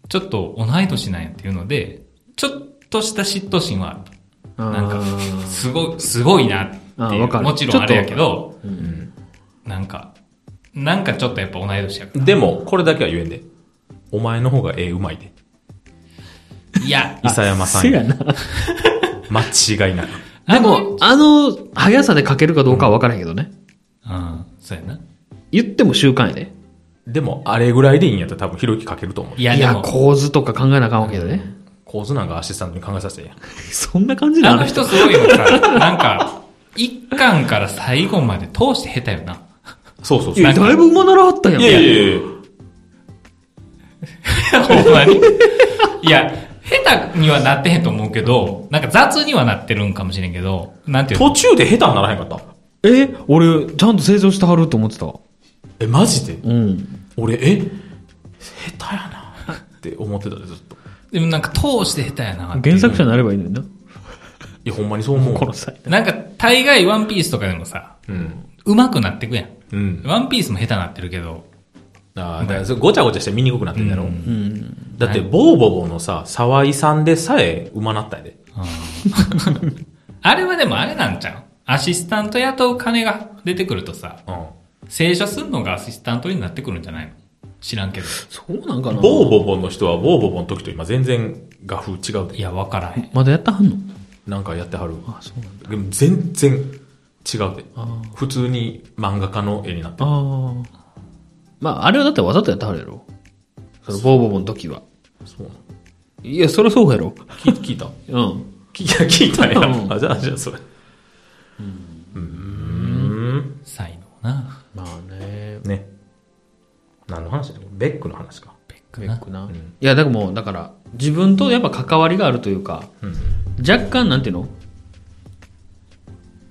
Speaker 2: ちょっと同い年なんやっていうので、ちょっとした嫉妬心はある。なんか
Speaker 1: あー、
Speaker 2: すごい、すごいなっ
Speaker 1: あ
Speaker 2: てい
Speaker 1: わか
Speaker 2: う。
Speaker 1: る
Speaker 2: もちろんあれやけど、
Speaker 1: うん
Speaker 2: なんか、なんかちょっとやっぱ同い年やか
Speaker 3: でも、これだけは言えんで。お前の方が絵うまいで。
Speaker 2: ら。いや、
Speaker 3: 伊佐山さ
Speaker 1: せ
Speaker 3: ん
Speaker 1: や
Speaker 3: より。
Speaker 1: な。
Speaker 3: 間違いない。
Speaker 1: で
Speaker 2: あの
Speaker 1: も、あの、速さで書けるかどうかは分からへんけどね。
Speaker 2: うん、そうやな。
Speaker 1: 言っても習慣やで。
Speaker 3: でも、あれぐらいでいいんやったら多分、ひろゆき書けると思う
Speaker 2: い。や、
Speaker 1: い
Speaker 2: で
Speaker 1: や、
Speaker 2: も、
Speaker 1: 構図とか考えなあかんわけだね。
Speaker 3: 構図なんかアシスタントに考えさせてや。
Speaker 1: そんな感じな
Speaker 2: あ
Speaker 1: の
Speaker 2: の人すごいのさ、なんか、一巻から最後まで通して下手よな。
Speaker 3: そうそう
Speaker 1: い
Speaker 3: そう。
Speaker 1: や、
Speaker 3: なんか
Speaker 1: だいぶ馬ならはったやん。
Speaker 3: いやいやいやいや
Speaker 2: ほんまに。いや、下手にはなってへんと思うけど、なんか雑にはなってるんかもしれんけど、なんていうの
Speaker 3: 途中で下手にならへんかった。
Speaker 1: え俺、ちゃんと成長してはると思ってたわ。
Speaker 3: え、マジで
Speaker 1: うん。
Speaker 3: 俺、え下手やなって思ってたで、ずっと。
Speaker 2: でもなんか通して下手やなっていう
Speaker 1: 原作者になればいいのにな。
Speaker 3: いや、ほんまにそう思うわ。
Speaker 1: この際。
Speaker 2: なんか大概ワンピースとかでもさ、
Speaker 3: うん。
Speaker 2: 上手くなってくやん。
Speaker 3: うん。
Speaker 2: ワンピースも下手なってるけど、
Speaker 3: ああ、だからそれごちゃごちゃして見にくくなってんだろ。
Speaker 2: う
Speaker 1: うん。
Speaker 3: だって、ボーボボのさ、沢井さんでさえ馬なったんやで。
Speaker 2: あれはでもあれなんちゃうアシスタント雇う金が出てくるとさ、
Speaker 3: う。
Speaker 2: 正社すんのがアシスタントになってくるんじゃないの知らんけど。
Speaker 1: そうなんかなん
Speaker 3: ボーボボの人はボーボボの時と今全然画風違うで。
Speaker 2: いや、わからへん。
Speaker 1: まだやったはんの
Speaker 3: なんかやってはる
Speaker 1: あ、
Speaker 3: わ。
Speaker 1: そうなんだ。
Speaker 3: でも全然違うで
Speaker 1: あ。
Speaker 3: 普通に漫画家の絵になってる。
Speaker 1: ああ。まあ、あれはだってわざとやったはるやろ。その、ボーボボの時は。
Speaker 3: そうなの
Speaker 1: いや、そりゃそうやろ。
Speaker 3: 聞聞いた
Speaker 1: うん。
Speaker 3: 聞いた聞いたん
Speaker 1: うん
Speaker 3: や。あ、じゃあ、じゃあ、それ。うん。
Speaker 2: 才能な。
Speaker 1: まあね。
Speaker 3: ね。何の話だこれベックの話か。
Speaker 2: ベッ
Speaker 1: ク
Speaker 2: クな。
Speaker 1: な。
Speaker 3: ん
Speaker 1: いや、だからもう、だから、自分とやっぱ関わりがあるというか、
Speaker 3: うん。
Speaker 1: 若干、なんていうの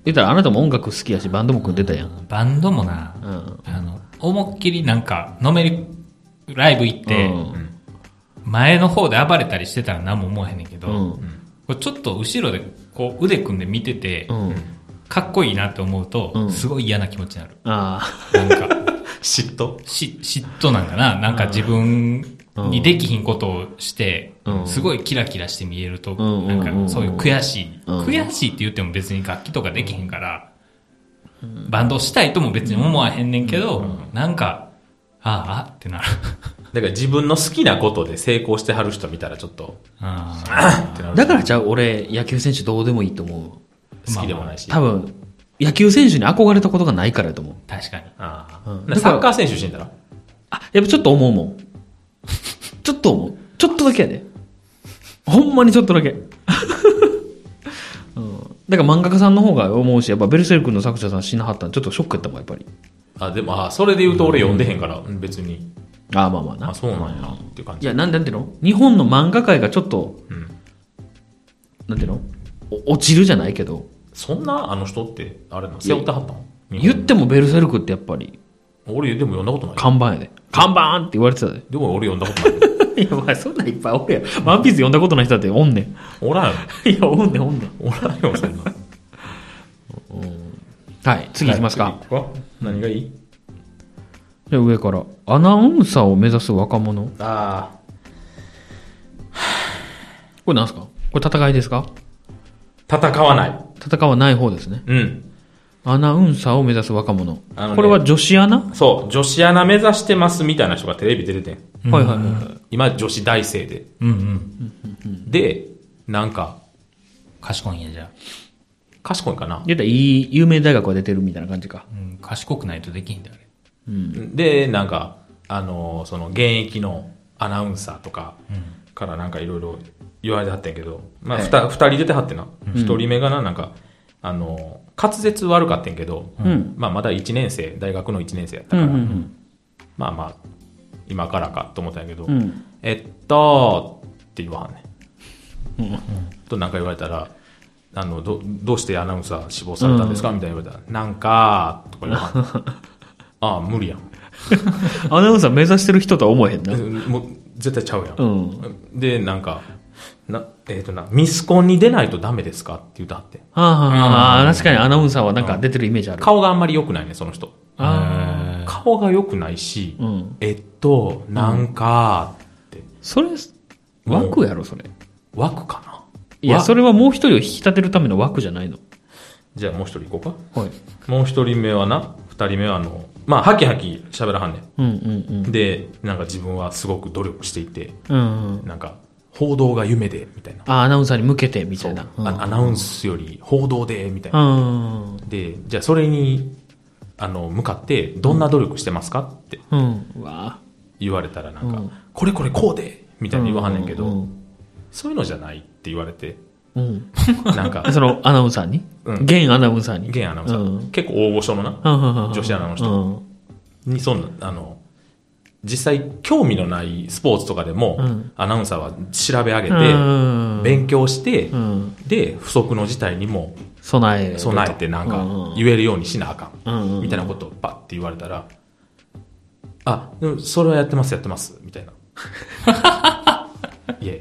Speaker 1: 言ったら、あなたも音楽好きやし、バンドも組んでたやん。
Speaker 2: バンドもな、
Speaker 1: うん。
Speaker 2: あの、思いっきりなんか、のめり、ライブ行って、
Speaker 1: うん
Speaker 2: 前の方で暴れたりしてたら何も思わへんねんけど、
Speaker 1: うん。
Speaker 2: これちょっと後ろでこう腕組んで見てて、
Speaker 1: うん。
Speaker 2: かっこいいなって思うと、
Speaker 1: うん
Speaker 2: すごい嫌な気持ちになる。
Speaker 1: あ
Speaker 2: なんか、
Speaker 3: 嫉妬
Speaker 2: し、嫉妬なんかななんか自分にできひんことをして、
Speaker 1: うん
Speaker 2: すごいキラキラして見えると、
Speaker 1: うん
Speaker 2: な
Speaker 1: うんん
Speaker 2: かそういう悔しい、
Speaker 1: うん
Speaker 2: 悔しいって言っても別に楽器とかできへんから、バンドしたいとも別に思わへんねんけど、なんか、ああってなる。
Speaker 3: だから自分の好きなことで成功してはる人見たらちょっと、
Speaker 2: あ
Speaker 3: ってな
Speaker 1: あ。
Speaker 3: る。
Speaker 1: だからじゃあ、俺、野球選手どうでもいいと思う。
Speaker 3: 好きでもないし。
Speaker 1: 多分、野球選手に憧れたことがないからやと思う。
Speaker 2: ー確かに。
Speaker 3: あ
Speaker 1: うん
Speaker 3: あなサッカー選手出身だろ
Speaker 1: あ、やっぱちょっと思うもん。 ちょっと思う。ちょっとだけやで。ほんまにちょっとだけ。 うん。だから漫画家さんの方が思うし、やっぱベルセルクの作者さん死なはったんちょっとショックやったもん、やっぱり。
Speaker 3: あ、でも、あ、それで言うと俺読んでへんから、うん別に。
Speaker 1: ああ、まあまあな
Speaker 3: あ、。そうなんやな、っていう感
Speaker 1: い
Speaker 3: じ。
Speaker 1: や、なんでなんていうの日本の漫画界がちょっと、
Speaker 3: うん
Speaker 1: なんていうのお落ちるじゃないけど、
Speaker 3: そんなあの人って、あれな、背負ってはったの
Speaker 1: 言ってもベルセルクってやっぱり、
Speaker 3: 俺でも読んだことない。
Speaker 1: 看板やで。看板って言われてたで。
Speaker 3: でも俺読んだことない。
Speaker 1: いや、まあそんなんいっぱいおるやん。ワンピース読んだことない人だっておんねん。
Speaker 3: おらんよ。
Speaker 1: いや、おんねん、おんねん。
Speaker 3: おらんよ、そんな。
Speaker 1: はい、次行きますか。
Speaker 3: はい。次行くか何がいい
Speaker 1: で上からアナウンサーを目指す若者
Speaker 3: あ
Speaker 1: これなんですかこれ戦いですか
Speaker 3: あ、戦わない。
Speaker 1: 戦はない方ですね
Speaker 3: うん。
Speaker 1: アナウンサーを目指す若者、
Speaker 3: あのね
Speaker 1: これは女子アナ、
Speaker 3: そう、女子アナ目指してますみたいな人がテレビ出ててん。
Speaker 1: はいはいはいはい
Speaker 3: 今、女子大生で。
Speaker 2: うんうん。
Speaker 3: で、なんか、
Speaker 2: 賢いんや、じゃあ。
Speaker 3: 賢いかな。
Speaker 1: 言ったらいい有名大学が出てるみたいな感じか
Speaker 2: うん、賢くないとできへんだ、あれ。
Speaker 3: で、なんか、あのーその現役のアナウンサーとかからなんかいろいろ言われてはったんやけど、まあ、
Speaker 1: はい
Speaker 3: ふた二人出てはってな。一、人目がな、なんか、あのー滑舌悪かってんけど、
Speaker 1: うん
Speaker 3: まあ、まだ一年生、大学の一年生やった
Speaker 1: う
Speaker 3: か
Speaker 1: ん
Speaker 3: ら、
Speaker 1: うん
Speaker 3: まあまあ、今からかと思ったんやけど、
Speaker 1: うんうん
Speaker 3: えっと、って言わはんねん。となんか言われたら、あの、ど、どうしてアナウンサー死亡されたんですか、みたいな言われたら、なんか、とか言わはんねん ああ、無理やん。
Speaker 1: アナウンサー目指してる人とは思えへんな
Speaker 3: うんもう、絶対ちゃうや。
Speaker 1: うんん
Speaker 3: で、なんか、な、えっ、とな、ミスコンに出ないとダメですかって言ったって。
Speaker 1: ああ、確かにアナウンサーはなんか出てるイメージある
Speaker 3: 顔があんまり良くないね、その人。
Speaker 1: あ
Speaker 3: 顔が良くないし、
Speaker 1: うん
Speaker 3: えっと、なんか、って。
Speaker 1: それ、枠やろ、それ。
Speaker 3: 枠かないい
Speaker 1: や、それはもう一人を引き立てるための枠じゃないの。
Speaker 3: じゃあもう一人行こう
Speaker 1: はい。
Speaker 3: か。もう一人目はな、二人目はあの、まあ、はきはき喋らはんね
Speaker 1: うんうん
Speaker 3: ん。で、なんか自分はすごく努力していて、
Speaker 1: うん。うんうん。
Speaker 3: なんか、報道が夢で、みたいな。
Speaker 1: あ、アナウンサーに向けて、みたいな。うん
Speaker 3: あアナウンスより報道で、みたいな。
Speaker 1: うん。
Speaker 3: で、じゃあそれに、あの、向かって、どんな努力してますかって
Speaker 1: うん。うわ
Speaker 3: 言われたらなんか、
Speaker 1: うん
Speaker 3: これこれこうでみたいに言わはんねんけど、
Speaker 1: うん
Speaker 3: そういうのじゃないって言われて、
Speaker 1: うん。
Speaker 3: なんか、
Speaker 1: そのアナウンサーに
Speaker 3: うん
Speaker 1: 現アナウンサーに。
Speaker 3: 現アナウンサー、
Speaker 1: うん
Speaker 3: 結構大御所のな、
Speaker 1: 女
Speaker 3: 女子アナの人
Speaker 1: うん
Speaker 3: にそんな、あの、実際興味のないスポーツとかでも、
Speaker 1: うん
Speaker 3: アナウンサーは調べ上げて、
Speaker 1: うん
Speaker 3: 勉強して、
Speaker 1: うん
Speaker 3: で、不測の事態にも
Speaker 1: 備えると。
Speaker 3: 備えてなんか言えるようにしなあかん、
Speaker 1: うんうん
Speaker 3: みたいなことをバッて言われたら、あ、うんそれはやってます、やってます、みたいな。いや、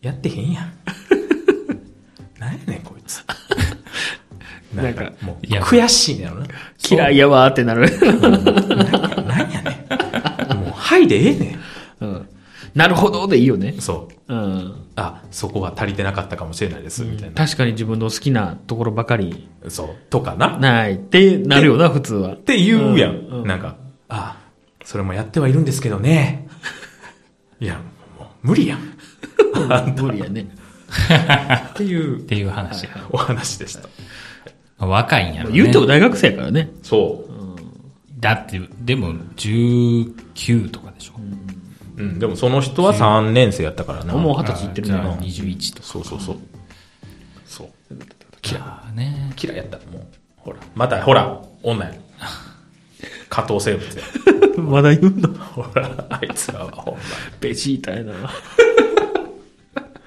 Speaker 3: やってへんやん。なんやねん、こいつ。なん
Speaker 1: な
Speaker 3: か
Speaker 1: ん、
Speaker 3: もう、
Speaker 2: いや
Speaker 3: 悔しいねやろな。
Speaker 1: 嫌いやわーってなる。
Speaker 3: なんやねん。もう、はいでええね
Speaker 1: うんなるほどでいいよね
Speaker 3: ん。。そう。
Speaker 1: うん
Speaker 3: あ、そこは足りてなかったかもしれないです、みたいな。
Speaker 1: 確かに自分の好きなところばかり
Speaker 3: そう。とかな。
Speaker 1: ないってなるよな、普通は
Speaker 3: っ。て言うやん。
Speaker 1: うんうん
Speaker 3: なんか、ああ、それもやってはいるんですけどね。 いや、もう無理やん。
Speaker 1: 無理やね。
Speaker 3: っていう
Speaker 2: っていう話や。
Speaker 3: お話でした。
Speaker 2: 若いんやろ、ね。
Speaker 1: 言うても大学生やからね。
Speaker 3: そう。
Speaker 2: だって、でも、19とかでしょ。
Speaker 3: うん、でもその人は3年生やったからな。
Speaker 1: もう二十歳いってるね
Speaker 2: あーじゃあ21とか。
Speaker 3: そうそうそう。そう。
Speaker 2: まあね。
Speaker 3: 嫌いやった。もう、ほら。また、ほら、女や。 加藤生物や。
Speaker 1: まだ言うの
Speaker 3: ほら、あいつらはほんま
Speaker 1: ベジータやな。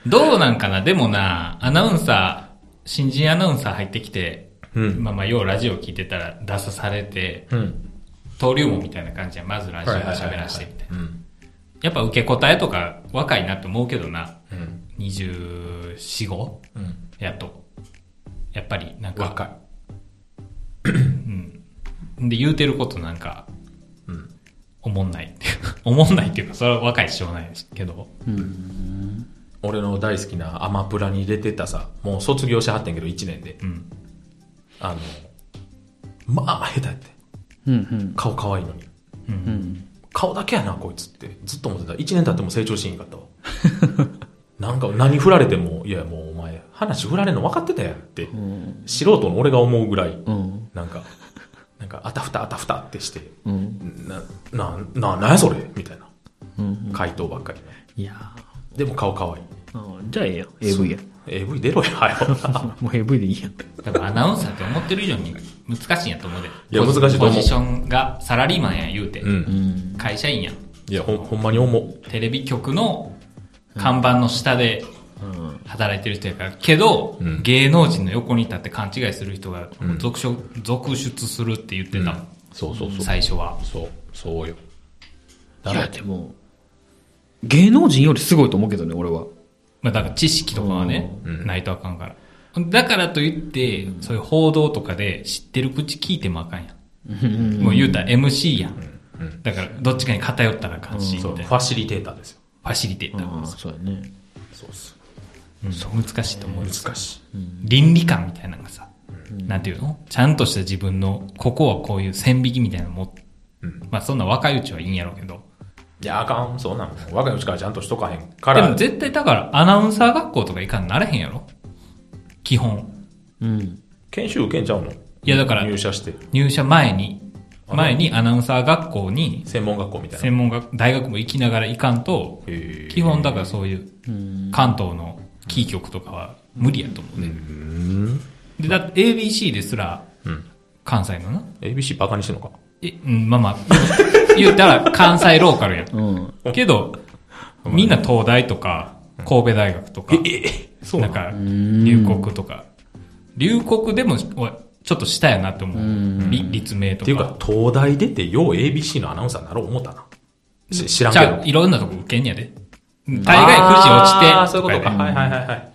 Speaker 2: どうなんかなでもな、アナウンサー、新人アナウンサー入ってきて、
Speaker 3: うん
Speaker 2: まあまあ、ようラジオ聞いてたら出さされて、
Speaker 3: に。うん。
Speaker 2: 登竜門みたいな感じで、まずラジオで喋らせてみたいな。
Speaker 3: うん。
Speaker 2: やっぱ受け答えとか若いなって思うけどな。
Speaker 3: うん。
Speaker 2: 24、5?
Speaker 3: うん。
Speaker 2: やっと。やっぱり、なんか。
Speaker 3: 若い。
Speaker 2: で、言うてることなんか、うん。おもんないっていう。 おもんないっていうか、それは若いししょうがないですけど。
Speaker 3: 俺の大好きなアマプラに入れてたさ、もう卒業しはってんけど、1年で。
Speaker 2: うん。
Speaker 3: あの、まあ、下手やって。
Speaker 1: うんうん。
Speaker 3: 顔可愛いのに。
Speaker 1: うん。
Speaker 3: 顔だけやな、こいつって。ずっと思ってた。一年経っても成長しへんかったわ。 なんか、何振られても、いや、もうお前、話振られるの分かってたやんって、素人の俺が思うぐらい、
Speaker 1: うん。
Speaker 3: なんか、なんか、あたふたあたふたってして、
Speaker 1: うん。
Speaker 3: な、な、な、なんやそれみたいな
Speaker 1: うん。
Speaker 3: 回答ばっかりね。
Speaker 1: いや
Speaker 3: でも顔可愛い。
Speaker 1: ーうんじゃあええやん。AV や。
Speaker 3: AV 出ろや、は
Speaker 1: もう AV でいいやん。
Speaker 2: 多分アナウンサーって思ってる以上に難しいんやと思うで。
Speaker 3: いや難しいと思う
Speaker 2: ポジションがサラリーマンや言うて。
Speaker 3: よ。 うん。
Speaker 1: ん。
Speaker 2: 会社員やん。
Speaker 3: いや、ほん、ほんまに思う。
Speaker 2: テレビ局の看板の下で
Speaker 1: うん。
Speaker 2: 働いてる人やから。けど、
Speaker 3: うん
Speaker 2: 芸能人の横に立って勘違いする人が続出、続出するって言ってたもん、
Speaker 3: そうそうそう。
Speaker 2: 最初は。
Speaker 3: そう、そうよ。
Speaker 1: いや、でも、芸能人よりすごいと思うけどね、俺は。
Speaker 2: まあだから知識とかはね、
Speaker 3: うん
Speaker 2: ないとあかんから。だからといって、そういう報道とかで知ってる口聞いてもあかんやん。もう言うたら MC やん。だから、どっちかに偏ったらあかんし、みた
Speaker 3: そう、
Speaker 2: い
Speaker 3: フ
Speaker 2: な
Speaker 3: ァシリテーターですよ。
Speaker 2: ファシリテーター。
Speaker 1: そうやね。
Speaker 3: そうっす。
Speaker 2: うん難しいと思う。
Speaker 3: 難しい。
Speaker 2: 倫理観みたいなのがさ、なんていうのちゃんとした自分の、ここはこういう線引きみたいなのも、まあそんな若いうちはいいんやろうけど。
Speaker 3: いや、あかん、そうなん。若いうちからちゃんとしとかへんか
Speaker 2: で
Speaker 3: ら。
Speaker 2: も絶対だからアナウンサー学校とか行かんなれへんやろ基本。
Speaker 1: うん。
Speaker 3: 研修受けんちゃうのい
Speaker 2: いやだから
Speaker 3: 入社して。
Speaker 2: 入社前に、前にアナウンサー学校に、
Speaker 3: 専門学校みたいな。
Speaker 2: 専門学、大学も行きながら行かんと、
Speaker 3: へー
Speaker 2: 基本だからそういう、関東のキー局とかは無理やと思うね。で、だって ABC ですら、関西のな、
Speaker 3: ABC バカにしてんのか。
Speaker 2: え、うん、まあま あ、言ったら関西ローカルやん。
Speaker 1: うん。
Speaker 2: けど、みんな東大とか、神戸大学とか、
Speaker 3: そうな
Speaker 2: なんんか、留国とか。留国でも、おいちょっと下やなって思う。り立命
Speaker 3: って
Speaker 2: と
Speaker 3: いう
Speaker 2: か
Speaker 3: か。、東大出て、よう ABC のアナウンサーになろう思ったな。し知らん
Speaker 2: じ
Speaker 3: け
Speaker 2: ゃあ、
Speaker 3: ど。
Speaker 2: いろんなとこ受けんやで。大概富士落ちて。
Speaker 3: ああ、そういうことか。
Speaker 2: やで
Speaker 3: はいはいはいはい。はい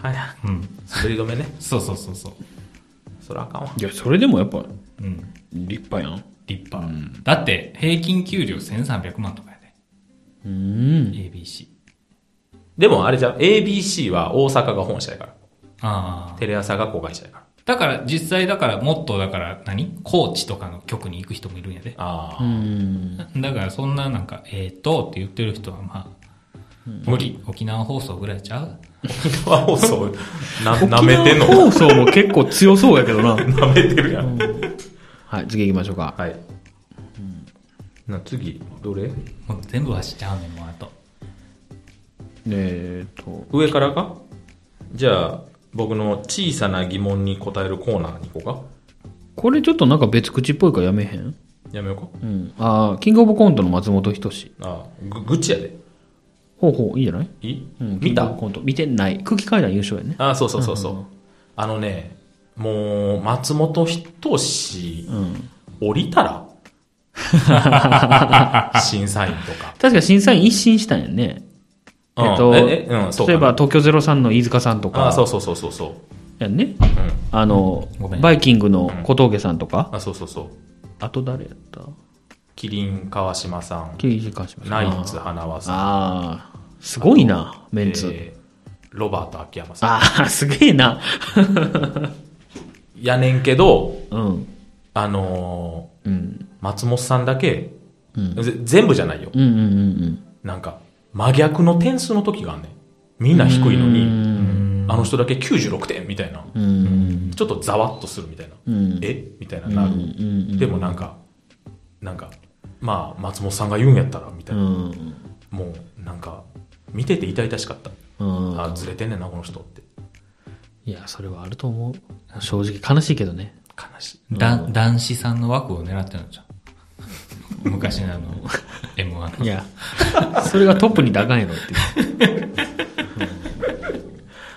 Speaker 3: はい。
Speaker 2: うん。
Speaker 3: 滑り止めね。
Speaker 2: そうそうそうそう。
Speaker 3: そらあかんわ。
Speaker 1: いや、それでもやっぱ、
Speaker 2: うん。
Speaker 1: 立派やん。
Speaker 2: 立派。だって、平均給料1300万とかやで。
Speaker 1: うん
Speaker 2: ABC。
Speaker 3: でもあれじゃ、ABC は大阪が本社やから。
Speaker 2: ああ。
Speaker 3: テレ朝が子会社やから。
Speaker 2: だから、実際だから、もっとだから何、高知とかの局に行く人もいるんやで。
Speaker 3: あ
Speaker 1: う
Speaker 3: あ、
Speaker 1: ん
Speaker 2: だから、そんななんか、えーっと、って言ってる人は、まあ、
Speaker 3: 無理。
Speaker 2: 沖縄放送ぐらいちゃう
Speaker 3: 沖縄 放送、な、舐めてんの
Speaker 1: 沖縄放送も結構強そうやけどな
Speaker 3: 舐めてるやん。
Speaker 1: はい次行きましょうか
Speaker 3: はい。な、次、どれ
Speaker 2: もう全部はしちゃうねん、もうあと。
Speaker 1: えー、っと
Speaker 3: 上からかじゃあ、僕の小さな疑問に答えるコーナーに行こ
Speaker 1: これちょっとなんか別口っぽいからやめへん
Speaker 3: うか。やめようか。
Speaker 1: うんああキングオブコントの松本人志
Speaker 3: ああ、ぐ、愚痴やで。
Speaker 1: ほうほういいんじゃない、
Speaker 3: いい、
Speaker 1: うん、キ
Speaker 3: 見
Speaker 1: ング
Speaker 3: た
Speaker 1: オブコント見てない空気階段優勝やね
Speaker 3: ああ、そうそうそうそう。あのね、もう、松本人志、
Speaker 1: うん
Speaker 3: 降りたら 審査員とか。
Speaker 1: 確か審査員一新したんやね
Speaker 3: うん
Speaker 1: えっと
Speaker 3: え、えうん、そうか
Speaker 1: 例えば東京03の飯塚さんと
Speaker 3: ああ、そ
Speaker 1: か
Speaker 3: うそうそうそうそう。
Speaker 1: やんね
Speaker 3: うん。
Speaker 1: あの
Speaker 2: ごめん
Speaker 1: バイキングの小峠さんとか、
Speaker 3: あ、そうそうそう。
Speaker 1: あと誰やった
Speaker 3: キリン川島さん、
Speaker 1: 刑事官しま
Speaker 3: ナイツ花輪さん、
Speaker 1: ああーすごいなメンツ、
Speaker 3: えーロバート秋山さん。
Speaker 1: ああ、すげえな。
Speaker 3: やねんけど、
Speaker 1: うん。
Speaker 3: あの
Speaker 1: うん。
Speaker 3: ー松本さんだけ、
Speaker 1: うん。
Speaker 3: ぜ全部じゃないよ。
Speaker 1: うんうんうん
Speaker 3: なんか、真逆の点数の時があんねん。みんな低いの
Speaker 1: う
Speaker 3: に、
Speaker 1: ん。
Speaker 3: あの人だけ96点みたいな。
Speaker 1: うん。うん。
Speaker 3: ちょっとざわっとするみたいな。
Speaker 1: うん。
Speaker 3: えみたいな
Speaker 1: うん
Speaker 3: なる。
Speaker 1: うん。
Speaker 3: でもなんか、なんか、まあ、松本さんが言うんやったら、みた
Speaker 1: う
Speaker 3: いな。
Speaker 1: ん。
Speaker 3: もう、なんか、見てて痛々しかった。
Speaker 1: うん。
Speaker 3: あ、ずれてんねんな、この人って。
Speaker 1: いや、それはあると思う。正直悲しいけどね。
Speaker 3: 悲しい。
Speaker 2: だ、男子さんの枠を狙ってるんじゃん。 昔の あの、M1 の。
Speaker 1: いや、 それがトップに高いのっていう。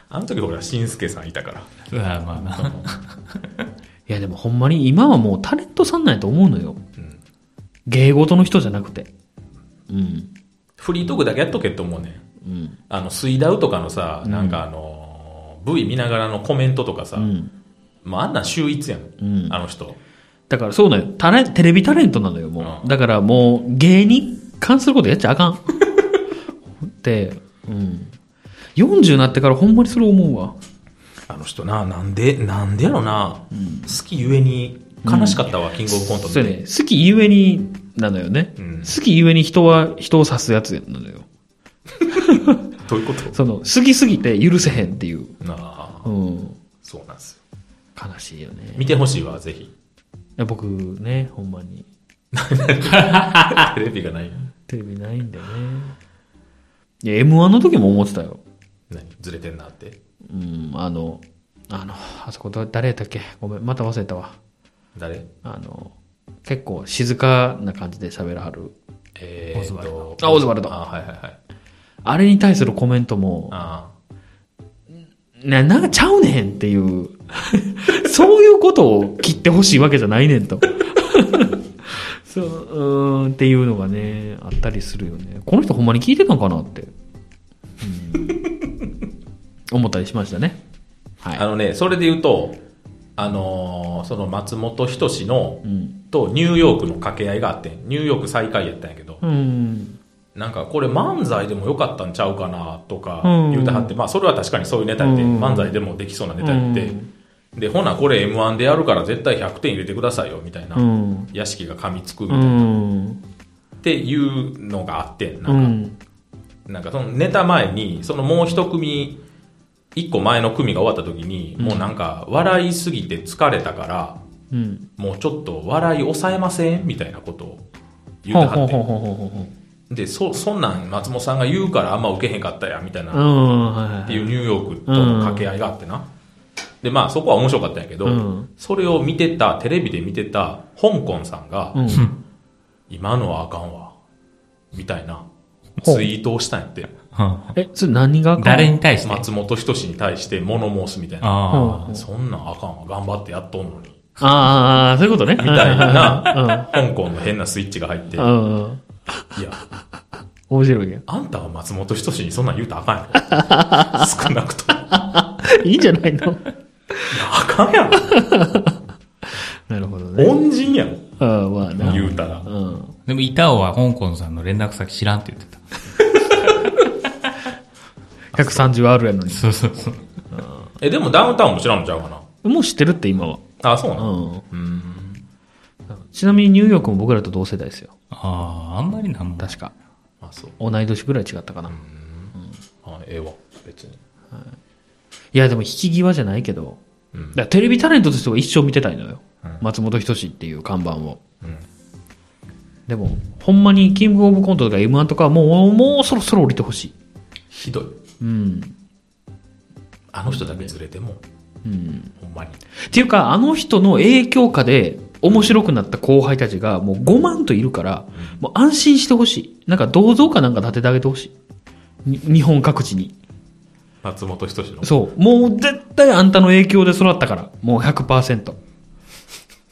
Speaker 3: あの時ほら、新助さんいたから。
Speaker 2: うわまあな。
Speaker 1: いや、でもほんまに今はもうタレントさんなんやと思うのよ。
Speaker 3: うん。
Speaker 1: 芸事の人じゃなくて。うん。
Speaker 3: フリートークだけやっとけって思うねん。
Speaker 1: うん。
Speaker 3: あの、水ダウとかのさ、なんかあのー、V 見ながらのコメントとかさ、
Speaker 1: うん。
Speaker 3: まああんなん秀逸やん。
Speaker 1: ん
Speaker 3: あの人。
Speaker 1: だからそうなのよ。タレ、テレビタレントなのよ、も
Speaker 3: う
Speaker 1: う。だからもう、芸に関することやっちゃあ かん。って、うん。40になってからほんまにそれ思うわ。
Speaker 3: あの人な、なんで、なんでやろな、好きゆえに悲しかったわ、キングオブコント
Speaker 1: そう
Speaker 3: で。
Speaker 1: やね。好きゆえに、なのよね。
Speaker 3: うん
Speaker 1: 好きゆえに人は、人を刺すやつなのよ。
Speaker 3: どういうこと
Speaker 1: その、好きすぎて許せへんっていう。
Speaker 3: なあ、
Speaker 1: うん。
Speaker 3: そうなんですよ。
Speaker 1: 悲しいよね。
Speaker 3: 見てほしいわ、ぜひ。
Speaker 1: 僕ね、ほんまに。
Speaker 3: テレビがない。
Speaker 1: テレビないんだよね。いや、M1 の時も思ってたよ。
Speaker 3: 何ずれてんなって。
Speaker 1: うん、あの、あの、あそこだ誰やったっけごめん、また忘れたわ。
Speaker 3: 誰
Speaker 1: あの、結構静かな感じで喋らはる。
Speaker 3: えー、
Speaker 2: オズワルド
Speaker 1: あオズワルド
Speaker 3: あ、はいはいはい。
Speaker 1: あれに対するコメントも、
Speaker 3: あ
Speaker 1: ななんかちゃうねんっていう、 そういうことを切ってほしいわけじゃないねんと。 そう、うーんっていうのがね、あったりするよね。この人ほんまに聞いてたんかなって、 うん思ったりしましたね。は
Speaker 3: あ
Speaker 1: い。
Speaker 3: あのね、それで言うと、あのーその松本人志の、
Speaker 1: うん。
Speaker 3: とニューヨークの掛け合いがあってん、ニューヨーク最下位やったんやけど、
Speaker 1: うん。
Speaker 3: なんかこれ漫才でもよかったんちゃうかなとか
Speaker 1: うん
Speaker 3: 言うてはって、まあそれは確かにそういうネタやって、
Speaker 1: うん
Speaker 3: 漫才でもできそうなネタやって、で、ほなこれ M1 でやるから絶対100点入れてくださいよみたいな、
Speaker 1: うん。
Speaker 3: 屋敷が噛みつくみ
Speaker 1: う
Speaker 3: たいな、
Speaker 1: ん。
Speaker 3: っていうのがあってん、なんか、
Speaker 1: うん。
Speaker 3: なんかそのネタ前に、そのもう一組、一個前の組が終わった時に、もうなんか笑いすぎて疲れたから、
Speaker 1: うん。
Speaker 3: もうちょっと笑い抑えませんみたいなことを言
Speaker 1: ほ
Speaker 3: う
Speaker 1: う
Speaker 3: ては
Speaker 1: ほう
Speaker 3: って。
Speaker 1: ほうんほうほうほうほ
Speaker 3: で、そ、そんなん松本さんが言うからあんま受けへんかったや、みたいな
Speaker 1: う。う、ん。はいはいはい
Speaker 3: っていうニューヨークとの掛け合いがあってな。で、まあそこは面白かったんやけど、
Speaker 1: うん
Speaker 3: それを見てた、テレビで見てた香港さんが、
Speaker 1: うん。
Speaker 3: 今のはあかんわ、みたいな
Speaker 1: ほう
Speaker 3: ツイートをしたんやって。
Speaker 2: うん
Speaker 1: え、それ何があかん
Speaker 2: 誰に対して
Speaker 3: 松本人志に対して物申すみたいな。
Speaker 2: ああ。
Speaker 3: そんなんあかんわ、頑張ってやっとんのに。
Speaker 1: ああ、そういうことね。み
Speaker 3: みたいな、
Speaker 1: な。
Speaker 3: 香港の変なスイッチが入って、い
Speaker 1: うん。
Speaker 3: や、
Speaker 1: うん。面白いやん。
Speaker 3: あんたは松本人志にそんなん言うたらあかんやろ。少なくとも。いや
Speaker 1: いいんじゃないの
Speaker 3: あかんやろ。
Speaker 1: なるほどね。
Speaker 3: 恩人やろ。
Speaker 1: ああ、まあな。
Speaker 3: 言うたら。
Speaker 1: うん。
Speaker 2: でも、板尾は香港さんの連絡先知らんって言ってた。
Speaker 1: 130あるやのに。
Speaker 2: そうそうそう。
Speaker 3: え、でもダウンタウンも知らんのちゃうかな
Speaker 1: もう知ってるって今は。
Speaker 3: あ、そうなの
Speaker 1: うん。ちなみにニューヨークも僕らと同世代ですよ。
Speaker 2: ああ、あんまりなんも。
Speaker 1: 確か。
Speaker 3: あ、そう。
Speaker 1: 同い年ぐらい違ったかな。い
Speaker 3: あ、ええわ。別に。
Speaker 1: や、でも引き際じゃないけど、
Speaker 3: うん
Speaker 1: だからテレビタレントとしては一生見てたいのよ。松本人志っていう看板を。
Speaker 3: うん
Speaker 1: でも、ほんまにキングオブコントとか M1 とかはもう、もうそろそろ降りてほしい。
Speaker 3: ひどい。
Speaker 1: うん。
Speaker 3: あの人だけずれても、
Speaker 1: うん。
Speaker 3: ほんまに。
Speaker 1: っていうか、あの人の影響下で面白くなった後輩たちがもう5万といるから、もう安心してほしい。なんか銅像かなんか建ててあげてほしい。に日本各地に。
Speaker 3: 松本人志の。
Speaker 1: そう。もう絶対あんたの影響で育ったから。もう100%。っ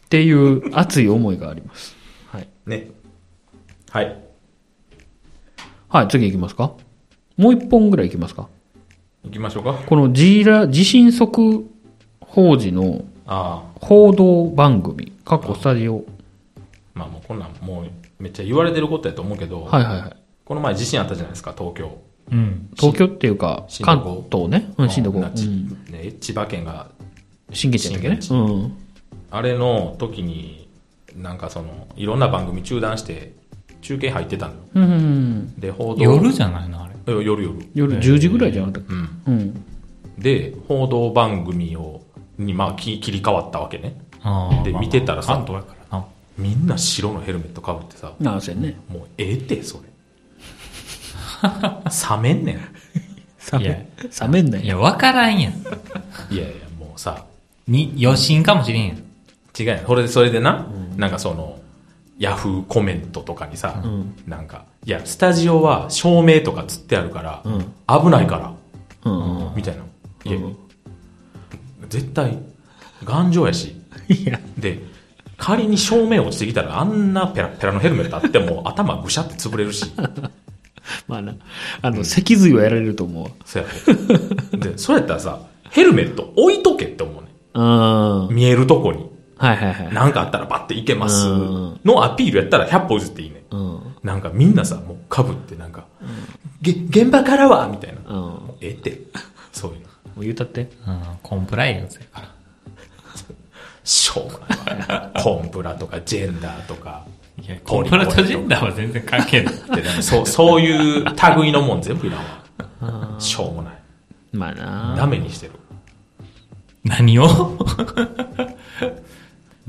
Speaker 1: ていう熱い思いがあります。はい。
Speaker 3: ね。はい。
Speaker 1: はい、次行きますか。もう一本ぐらい行きますか。
Speaker 3: 行きましょうか。
Speaker 1: このジーラ、地震速報時の
Speaker 3: ああ、
Speaker 1: 報道番組、過去スタジオ。
Speaker 3: まあもうこんなんもうめっちゃ言われてることやと思うけど、
Speaker 1: はいはいはい。
Speaker 3: この前地震あったじゃないですか、東京。
Speaker 2: うん。
Speaker 1: 東京っていうか、
Speaker 3: 震度
Speaker 1: 関
Speaker 3: 五
Speaker 1: 東ね。うん、震度
Speaker 3: なち
Speaker 1: 5。うん
Speaker 3: ね、千葉県が、
Speaker 1: 震源地だっけね。うん。
Speaker 3: あれの時に、なんかその、いろんな番組中断して、中継入ってたのよ。
Speaker 1: うんうんうん。
Speaker 3: で、報道。
Speaker 2: 夜じゃないのあれ。
Speaker 3: え夜夜。
Speaker 1: 夜10時ぐらいじゃなかったっ
Speaker 3: うん。
Speaker 1: けうん。
Speaker 3: で、報道番組を、に、まあ、き切り替わったわけね。
Speaker 2: ああ。
Speaker 3: で見てたらさ
Speaker 2: 関東やからな。
Speaker 3: みんな白のヘルメットかぶってさ、
Speaker 1: なあ、そうやね。
Speaker 3: もうええって、それ。 冷めんね
Speaker 1: 冷
Speaker 2: いや
Speaker 1: め、冷めんないい。
Speaker 2: や、わからんやん。
Speaker 3: ん。いやいや、もうさ、
Speaker 2: に、余震かもしれんやん。
Speaker 3: 違うやん。それで、それでな、なんかその、ヤフーコメントとかにさ、なんか、いや、スタジオは照明とかつってあるから、危ないから、
Speaker 1: うんうん。
Speaker 3: みたいな。いや、絶対、頑丈やし。
Speaker 1: いや、
Speaker 3: で、仮に正面落ちてきたら、あんなペラペラのヘルメットあっても、頭ぐしゃって潰れるし、
Speaker 1: まあな。あの、脊髄はやられると思うわ。
Speaker 3: そうやろで、そうやったらさ、ヘルメット置いとけって思うね。
Speaker 1: うん。はい
Speaker 3: 見えるとこに。
Speaker 1: はいはい。
Speaker 3: なんかあったらバッていけます
Speaker 1: うん。
Speaker 3: のアピールやったら100歩譲っていいね。
Speaker 1: うん。
Speaker 3: なんかみんなさ、もうかぶってなんか、げ、現場からはみたいな。
Speaker 1: うん。も
Speaker 3: もうええって。そういうの。
Speaker 1: う言うたって。
Speaker 2: うん。コンプライアンスやから。
Speaker 3: しょうもない。コンプラとかジェンダーとか。
Speaker 2: いや、コンプラとジェンダーは全然関係ない。
Speaker 3: でなんかそう、そういう類のもん全部いらんわ。しょうもない。
Speaker 1: まあな。
Speaker 3: ダメにしてる。
Speaker 2: 何を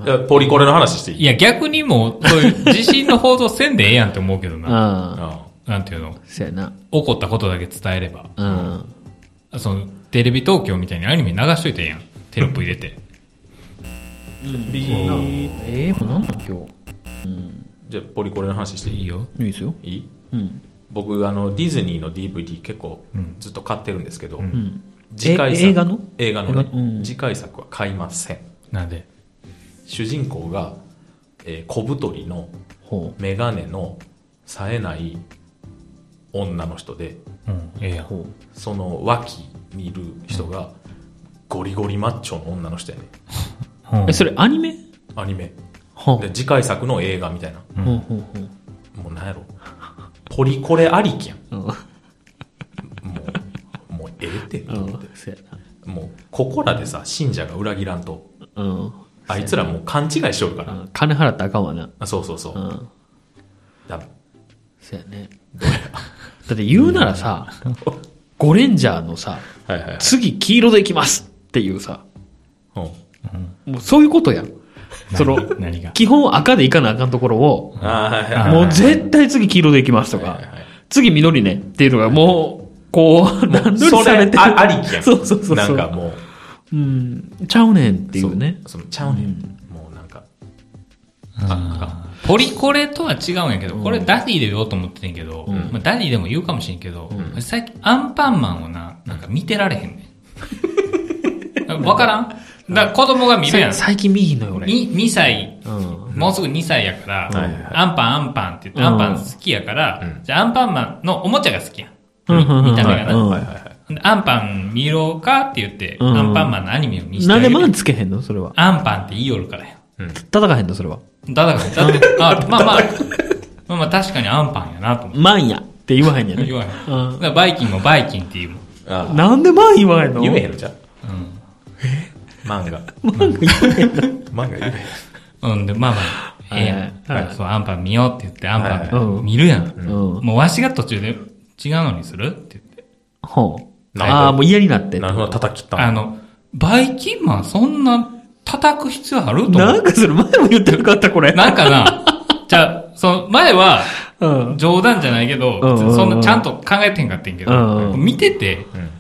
Speaker 3: いやポリコレの話していい
Speaker 2: いや、逆にもう、そういう地震の報道せんでええやんって思うけどな。
Speaker 1: うん。
Speaker 3: あ
Speaker 2: なんていうの
Speaker 1: そうやな。
Speaker 2: 起こったことだけ伝えれば。
Speaker 1: うん。
Speaker 2: その、テレビ東京みたいにアニメ流しといてええやん。テロップ入れて。
Speaker 1: ええ、もうなんだ今
Speaker 3: じゃあポリコレの話してい
Speaker 2: いい
Speaker 3: い
Speaker 2: よ。
Speaker 1: 日。いいですよ。
Speaker 3: いい
Speaker 1: うん。
Speaker 3: 僕あのディズニーの DVD 結構ずっと買ってるんですけど、
Speaker 1: うん。
Speaker 3: 次回作
Speaker 1: え映画の
Speaker 3: 映画のね
Speaker 1: 映画うん
Speaker 3: 次回作は買いません
Speaker 2: なんで。
Speaker 3: 主人公が、えー小太りの
Speaker 1: ほ
Speaker 3: 眼鏡の冴えない女の人で
Speaker 2: うん、ええや
Speaker 1: う。
Speaker 2: ん。
Speaker 1: ほ
Speaker 3: その脇にいる人がゴリゴリマッチョの女の人やね
Speaker 1: う。え、それアニメ
Speaker 3: アニメ
Speaker 1: ほ
Speaker 3: で次回作の映画みたいな
Speaker 1: う。ほうほうほう。
Speaker 3: もうなんやろポリコレありきやん
Speaker 1: うん。
Speaker 3: もう、もうええって。
Speaker 1: うん。そうや
Speaker 3: もう、ここらでさ、信者が裏切らんと、
Speaker 1: な。うん。
Speaker 3: あいつらもう勘違いしよるから。
Speaker 1: うん金払ったらあかんわな。
Speaker 3: あそうそうそうう。
Speaker 1: ん。
Speaker 3: だめ
Speaker 1: そうやね。だって言うならさ、ゴレンジャーのさ、
Speaker 3: はいはいはい。
Speaker 1: 次黄色でいきますっていうさ、
Speaker 3: うん
Speaker 1: もうそういうことやん。その、
Speaker 2: 何が。
Speaker 1: 基本赤でいかなあかんところを、
Speaker 3: あーはいはい
Speaker 2: あ
Speaker 3: はい
Speaker 1: もう絶対次黄色でいきますと
Speaker 3: はいは
Speaker 1: か、
Speaker 3: い。
Speaker 1: 次緑ねっていうのがもう、こう、段取り
Speaker 3: そ
Speaker 1: され
Speaker 3: れ
Speaker 1: て
Speaker 3: あ
Speaker 1: る。
Speaker 3: ありきやん。
Speaker 1: そうそうそうそう
Speaker 3: なんかもう、っ
Speaker 1: うん。ちゃうねんっていうね。。
Speaker 3: そのちゃうねん。もうなんか、
Speaker 2: あポリコレとは違うんやけど、これダディで言おうと思ってんけど、まあ、ダディでも言うかもしれんけど、最近アンパンマンをな、なんか見てられへんねん。わからんだから子供が見るやん。
Speaker 1: さ最近見ひんのよ、俺。
Speaker 2: に2歳、
Speaker 1: うん。
Speaker 2: もうすぐ2歳やから、
Speaker 3: はいはい
Speaker 2: アンパンアンパンって言って、
Speaker 1: うん
Speaker 2: アンパン好きやから、
Speaker 3: うん
Speaker 2: じゃあアンパンマンのおもちゃが好きやん。
Speaker 1: うんうんうん
Speaker 2: 見た目がな。
Speaker 1: うん
Speaker 3: はいはいはい。
Speaker 2: でアンパン見ろかって言って、
Speaker 1: うん
Speaker 2: アンパンマンのアニメを見せて
Speaker 1: な
Speaker 2: あ
Speaker 1: ん
Speaker 2: げ
Speaker 1: で
Speaker 2: る
Speaker 1: マンつけへんのそれは。
Speaker 2: アンパンって言いよるからや。
Speaker 1: 叩かへんのそれは。
Speaker 2: だだから、だってあ、まあまあ、まあまあ確かにアンパンやなと思っ
Speaker 1: マンやって言わへんや
Speaker 2: て。
Speaker 1: で
Speaker 2: 言わへん。だ
Speaker 1: うん
Speaker 2: からバイキンもバイキンっていうもん。
Speaker 3: あ
Speaker 1: なんでマン言わへん
Speaker 3: あ
Speaker 1: の
Speaker 3: 言えへんのじゃん
Speaker 2: うん。
Speaker 3: 漫画。
Speaker 1: なんか言えへんの
Speaker 3: 漫画言えへん。
Speaker 2: うん、で、まあまあ、ええやん
Speaker 1: はい。
Speaker 2: だからそう、アンパン見ようって言って、アンパ
Speaker 1: はいはい
Speaker 2: ン見るやん。
Speaker 1: ん
Speaker 2: もうわしが途中で違うのにするって言って。
Speaker 1: ほう。
Speaker 3: なるほど
Speaker 1: ああ、もう嫌になって。
Speaker 3: なるほど、叩き切った
Speaker 2: あ
Speaker 3: の。
Speaker 2: の、バイキンマンそんな叩く必要あると思
Speaker 1: な。
Speaker 2: うん
Speaker 1: かそれ前も言ってなかった、これ。
Speaker 2: なんかな、じゃあ、その前は
Speaker 1: うん。
Speaker 2: 冗談じゃないけど、
Speaker 1: うんうんうん
Speaker 2: そんなちゃんと考えてんかってんけど、
Speaker 1: うんうん
Speaker 2: 見てて、
Speaker 3: うん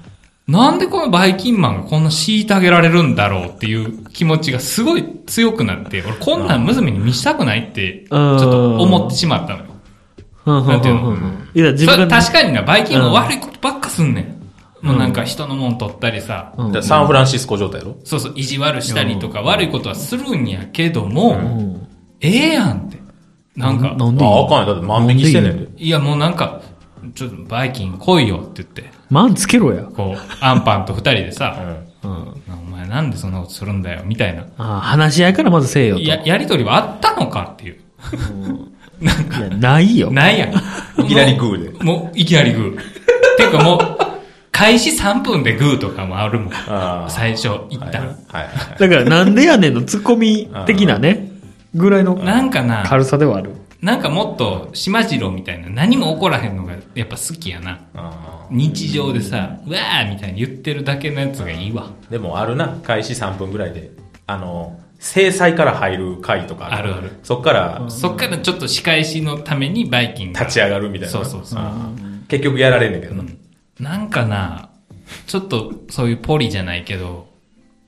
Speaker 2: なんでこのバイキンマンがこんな虐げられるんだろうっていう気持ちがすごい強くなって、俺こんなん娘に見したくないって、ちょっと思ってしまったのよ。
Speaker 1: なん
Speaker 2: ていうの
Speaker 1: いや、自
Speaker 2: それ
Speaker 1: 分が。
Speaker 2: 確かにな、バイキンも悪いことばっかすんねん。もうなんか人のもん取ったりさ、
Speaker 1: うん
Speaker 3: じゃあサンフランシスコ状態やろ
Speaker 2: そうそう、意地悪したりとか悪いことはするんやけども、
Speaker 1: うん
Speaker 2: ええやんって。なんか、
Speaker 1: なんでいい
Speaker 3: あ、
Speaker 1: の
Speaker 3: あかんやん。だって万引きしてんねんで。
Speaker 2: いやもうなんか、ちょっとバイキン来いよって言って、
Speaker 1: マンつけろや。
Speaker 2: こう、アンパンと二人で
Speaker 3: う
Speaker 2: さ、
Speaker 3: ん。
Speaker 1: うん。
Speaker 2: お前なんでそんなことするんだよ、みたいな。
Speaker 1: ああ、話し合いからまずせえよと。いや、
Speaker 2: や、やりとりはあったのかっていう。
Speaker 1: ないよ。
Speaker 2: ないやん。
Speaker 3: いきなりグーで。
Speaker 2: もう、いきなりグー。てかもう、開始3分でグーとかもあるもん。
Speaker 3: ああ。
Speaker 2: 最初、一
Speaker 3: はい
Speaker 2: 旦。
Speaker 3: はいはい。
Speaker 1: だから、なんでやねんのツッコミ的なね、ぐらいの
Speaker 2: なんかな、
Speaker 1: 軽さではある。
Speaker 2: なんかもっと、しまじろうみたいな、何も起こらへんのが、やっぱ好きやな。
Speaker 3: あ
Speaker 2: 日常でさ、うわーみたいに言ってるだけのやつがいいわ。
Speaker 3: ーでもあるな、開始3分ぐらいで。あの、制裁から入る回とか
Speaker 2: あるある
Speaker 3: そっから
Speaker 2: そっからちょっと仕返しのためにバイキンが。
Speaker 3: 立ち上がるみたいな。
Speaker 2: そうそうそう
Speaker 3: あー結局やられんねんけどな。
Speaker 2: なんかな、ちょっとそういうポリじゃないけど、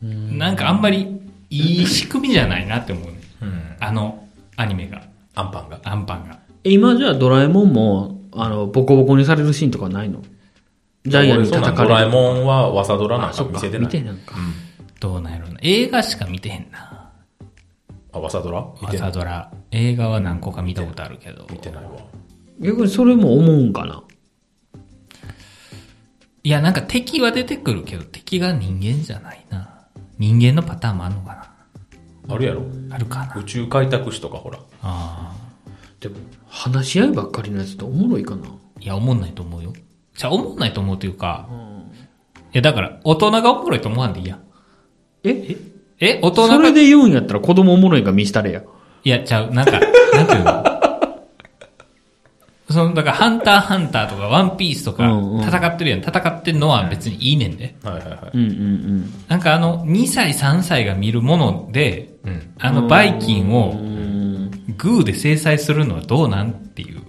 Speaker 2: なんかあんまりいい仕組みじゃないなって思うね。
Speaker 3: うん。
Speaker 2: あのアニメが、
Speaker 3: アンパンが。
Speaker 2: アンパンが。
Speaker 1: 今じゃあドラえもんも、あの、ボコボコにされるシーンとかないのジャイアンに
Speaker 3: そうな
Speaker 1: 叩
Speaker 3: ん
Speaker 1: か
Speaker 3: ド
Speaker 1: れる。
Speaker 3: ラえもんはわさドラなん
Speaker 1: あ、そ
Speaker 3: か
Speaker 1: っ
Speaker 3: 見
Speaker 1: か。
Speaker 3: せてな
Speaker 1: 見て
Speaker 3: い。
Speaker 1: なんか。
Speaker 2: どうなんやろな。映画しか見てへんな。
Speaker 3: あ、わさドラ見てな
Speaker 2: 朝
Speaker 3: い。
Speaker 2: ドラ。映画は何個か見たことあるけど。
Speaker 3: 見てないわ。
Speaker 1: 逆にそれも思うんかな。
Speaker 2: いや、なんか敵は出てくるけど、敵が人間じゃないな。人間のパターンもあるのか
Speaker 3: あるやろ
Speaker 2: な。あるかな。
Speaker 3: 宇宙開拓史とかほら。
Speaker 2: あ
Speaker 1: でも、話し合いばっかりのやつっておもろいかな。
Speaker 2: あ。いや、思んないと思うよ。じゃあ、思んないと思うというか、いや、だから、大人がおもろいと思わんでいいやん。
Speaker 1: え
Speaker 2: え、大人
Speaker 1: そ
Speaker 2: が
Speaker 1: れ、で言うんやったら子供おもろいんか見したれや。
Speaker 2: いや、ちゃう、なんか、 なんていうのその、だから、ハンターハンターとか、ワンピースとか
Speaker 1: うんうん、
Speaker 2: 戦ってるやん。戦ってんのは別にいいねんで。
Speaker 3: はいはいはい。
Speaker 1: うんうん
Speaker 2: なんかあの、2歳、3歳が見るもので、
Speaker 3: うん。
Speaker 2: あの、バイキンを
Speaker 1: うん。うん。
Speaker 2: グーで制裁するのはどうなんっていう。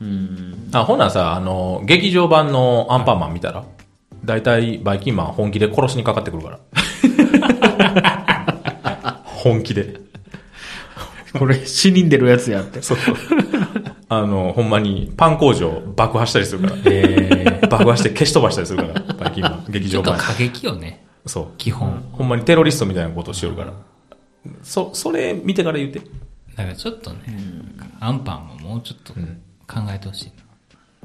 Speaker 1: うん。
Speaker 3: あ、ほなさ、あの、劇場版のアンパンマン見たら大体、バイキンマン本気で殺しにかかってくるから。本気で。
Speaker 1: これ、死人でるやつやって。
Speaker 3: そう。あの、ほんまに、パン工場爆破したりするから。爆破して消し飛ばしたりするから、バイキンマン。劇
Speaker 2: ちょ
Speaker 3: 場
Speaker 2: っと
Speaker 3: 版。
Speaker 2: 過激よね、
Speaker 3: そう。
Speaker 2: 基本。
Speaker 3: ほんまにテロリストみたいなことをしよるから。そ、それ見てから言って。
Speaker 2: だからちょっとね、アンパンももうちょっと考えてほしい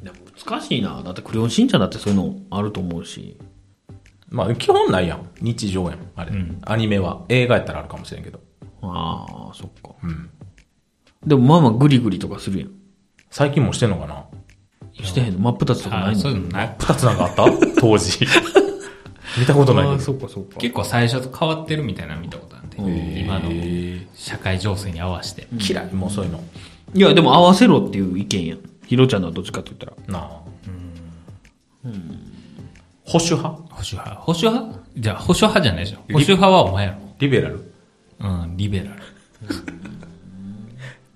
Speaker 2: な。
Speaker 1: でも難しいな。だってクレヨンしんちゃんだってそういうのあると思うし。
Speaker 3: まあ、基本ないやん。日常やん。あれ。
Speaker 2: ん
Speaker 3: アニメは。映画やったらあるかもしれんけど。
Speaker 1: ああ、そっか。
Speaker 3: うん。
Speaker 1: でもまあまあグリグリとかするやん。
Speaker 3: 最近もしてんのかな
Speaker 1: してへんの真っ二つとかな
Speaker 2: あ
Speaker 1: いの
Speaker 2: そういうのない。
Speaker 3: 二つなんかあった 当時。見たことない
Speaker 1: あ
Speaker 3: け
Speaker 1: ー
Speaker 3: ど。
Speaker 1: っかそっか
Speaker 2: 結構最初と変わってるみたいなの見たことあるんで、
Speaker 1: ん
Speaker 2: 今の
Speaker 3: え
Speaker 2: 社会情勢に合わせて。
Speaker 3: ー嫌い、もうそういうの。
Speaker 1: いや、でも合わせろっていう意見やん。ひろちゃんのはどっちかって言ったら。
Speaker 3: なあ。うん。保守派
Speaker 2: 保守派保守派じゃあ保守派じゃないでしょ。保守派はお前や
Speaker 3: リベラル
Speaker 2: ろ。うん、リベラル。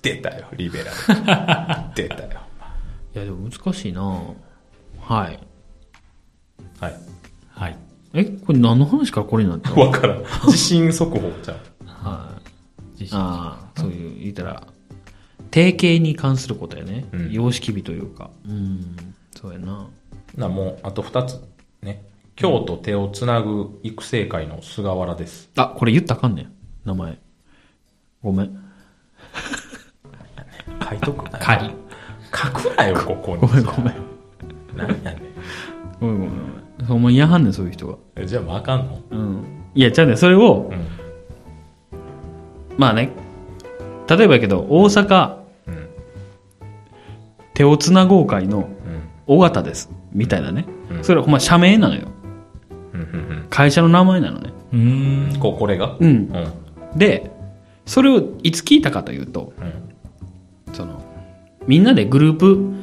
Speaker 3: 出たよ、リベラル。 出たよ。
Speaker 1: いや、でも難しいなはい。
Speaker 3: はい。
Speaker 2: はい。
Speaker 1: え、これ何の話からこれになったの
Speaker 3: わからん。地震速報じゃん。
Speaker 2: 自信
Speaker 1: ああ、そういう、言ったら、定型に関することやね。
Speaker 3: うん
Speaker 1: 様式美というか。うん、そうやな。
Speaker 3: な、もう、あと二つ。ね。京都手をつなぐ育成会の菅原です。
Speaker 1: あ、これ言ったらあかんねん。名前。ごめん。
Speaker 3: 書いとくな
Speaker 2: 仮。
Speaker 3: 書くなよ、ここに。ごめんごめん。何やね
Speaker 1: ごめんごめんごめん。ほんまにやはんねん、そういう人が。
Speaker 3: ん。えじゃあもうあかんの
Speaker 1: うん。いや、ちゃうねん。それを
Speaker 3: う、ん。
Speaker 1: まあね、例えばやけど、大阪、
Speaker 3: うん。
Speaker 1: 手をつなごう会の尾形です。みたいなね。それほんま社名なのよ。
Speaker 3: うんうん
Speaker 1: 会社の名前なのね。
Speaker 2: うーん
Speaker 3: うん。こう、これが
Speaker 1: う。
Speaker 3: うんん。うん。
Speaker 1: で、それをいつ聞いたかというと、その、みんなでグループ、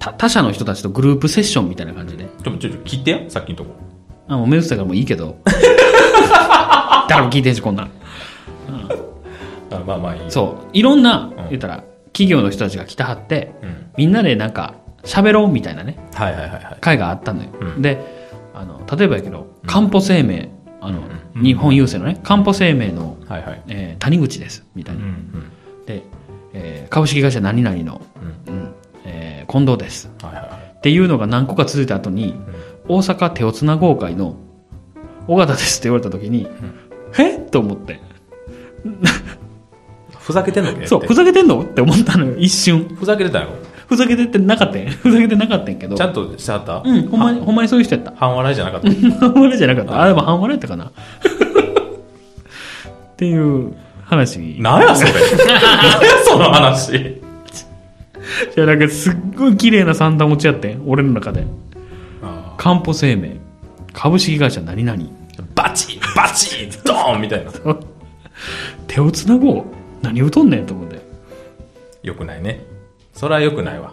Speaker 1: 他他社の人たちとグループセッションみたいな感じで。
Speaker 3: ちょ、ちょ、ちょ聞いてや、さっきのとこ。
Speaker 1: あ、もう目移ったからもういいけ ど。誰も聞いてんし、こんなん。
Speaker 3: あまあまあいい。
Speaker 1: そう。いろんな
Speaker 3: うん、
Speaker 1: 言ったら、企業の人たちが来たはって、
Speaker 3: う。うん。
Speaker 1: みんなでなんか、喋ろうみたいなね、
Speaker 3: はいはいはいはい。
Speaker 1: 会があったのよ。
Speaker 3: う
Speaker 1: で、あの、例えばやけど、漢方生命、あの、日本郵政のね、漢方生命の、
Speaker 3: はいはい。
Speaker 1: えー谷口です、みたいうな。
Speaker 2: ん。
Speaker 1: で、えー株式会社何々の、うんえー近藤です。
Speaker 3: はいはいはい。
Speaker 1: っていうのが何個か続いた後に、大阪手をつなごう会の、尾形ですって言われた時に、えと思って。
Speaker 3: ふざけてんのね
Speaker 1: そう、ふ
Speaker 3: ふ
Speaker 1: ざけてんのって思ったのよ、一瞬。
Speaker 3: ふざけてたよ。
Speaker 1: ふざけてってなかったんやふざけてなかったんやけど。
Speaker 3: ちゃんとしてあった
Speaker 1: うん、ほんまに、
Speaker 3: は
Speaker 1: ほんまにそういう人やった。
Speaker 3: 半笑いじゃなかった。
Speaker 1: 半笑いじゃなかった。あ、でも半笑いやったかな。っていう話。い
Speaker 3: なんやそれ。 なんやその話。
Speaker 1: や、なんかすっごい綺麗な三段落ちやってん、俺の中で。
Speaker 3: あ
Speaker 1: かんぽ生命、株式会社何々、
Speaker 3: ーバチッバチッドーンみたいな。
Speaker 1: 手をつなごう。何をとんねんと思って。
Speaker 3: よくないね。それはよくないわ。
Speaker 1: よ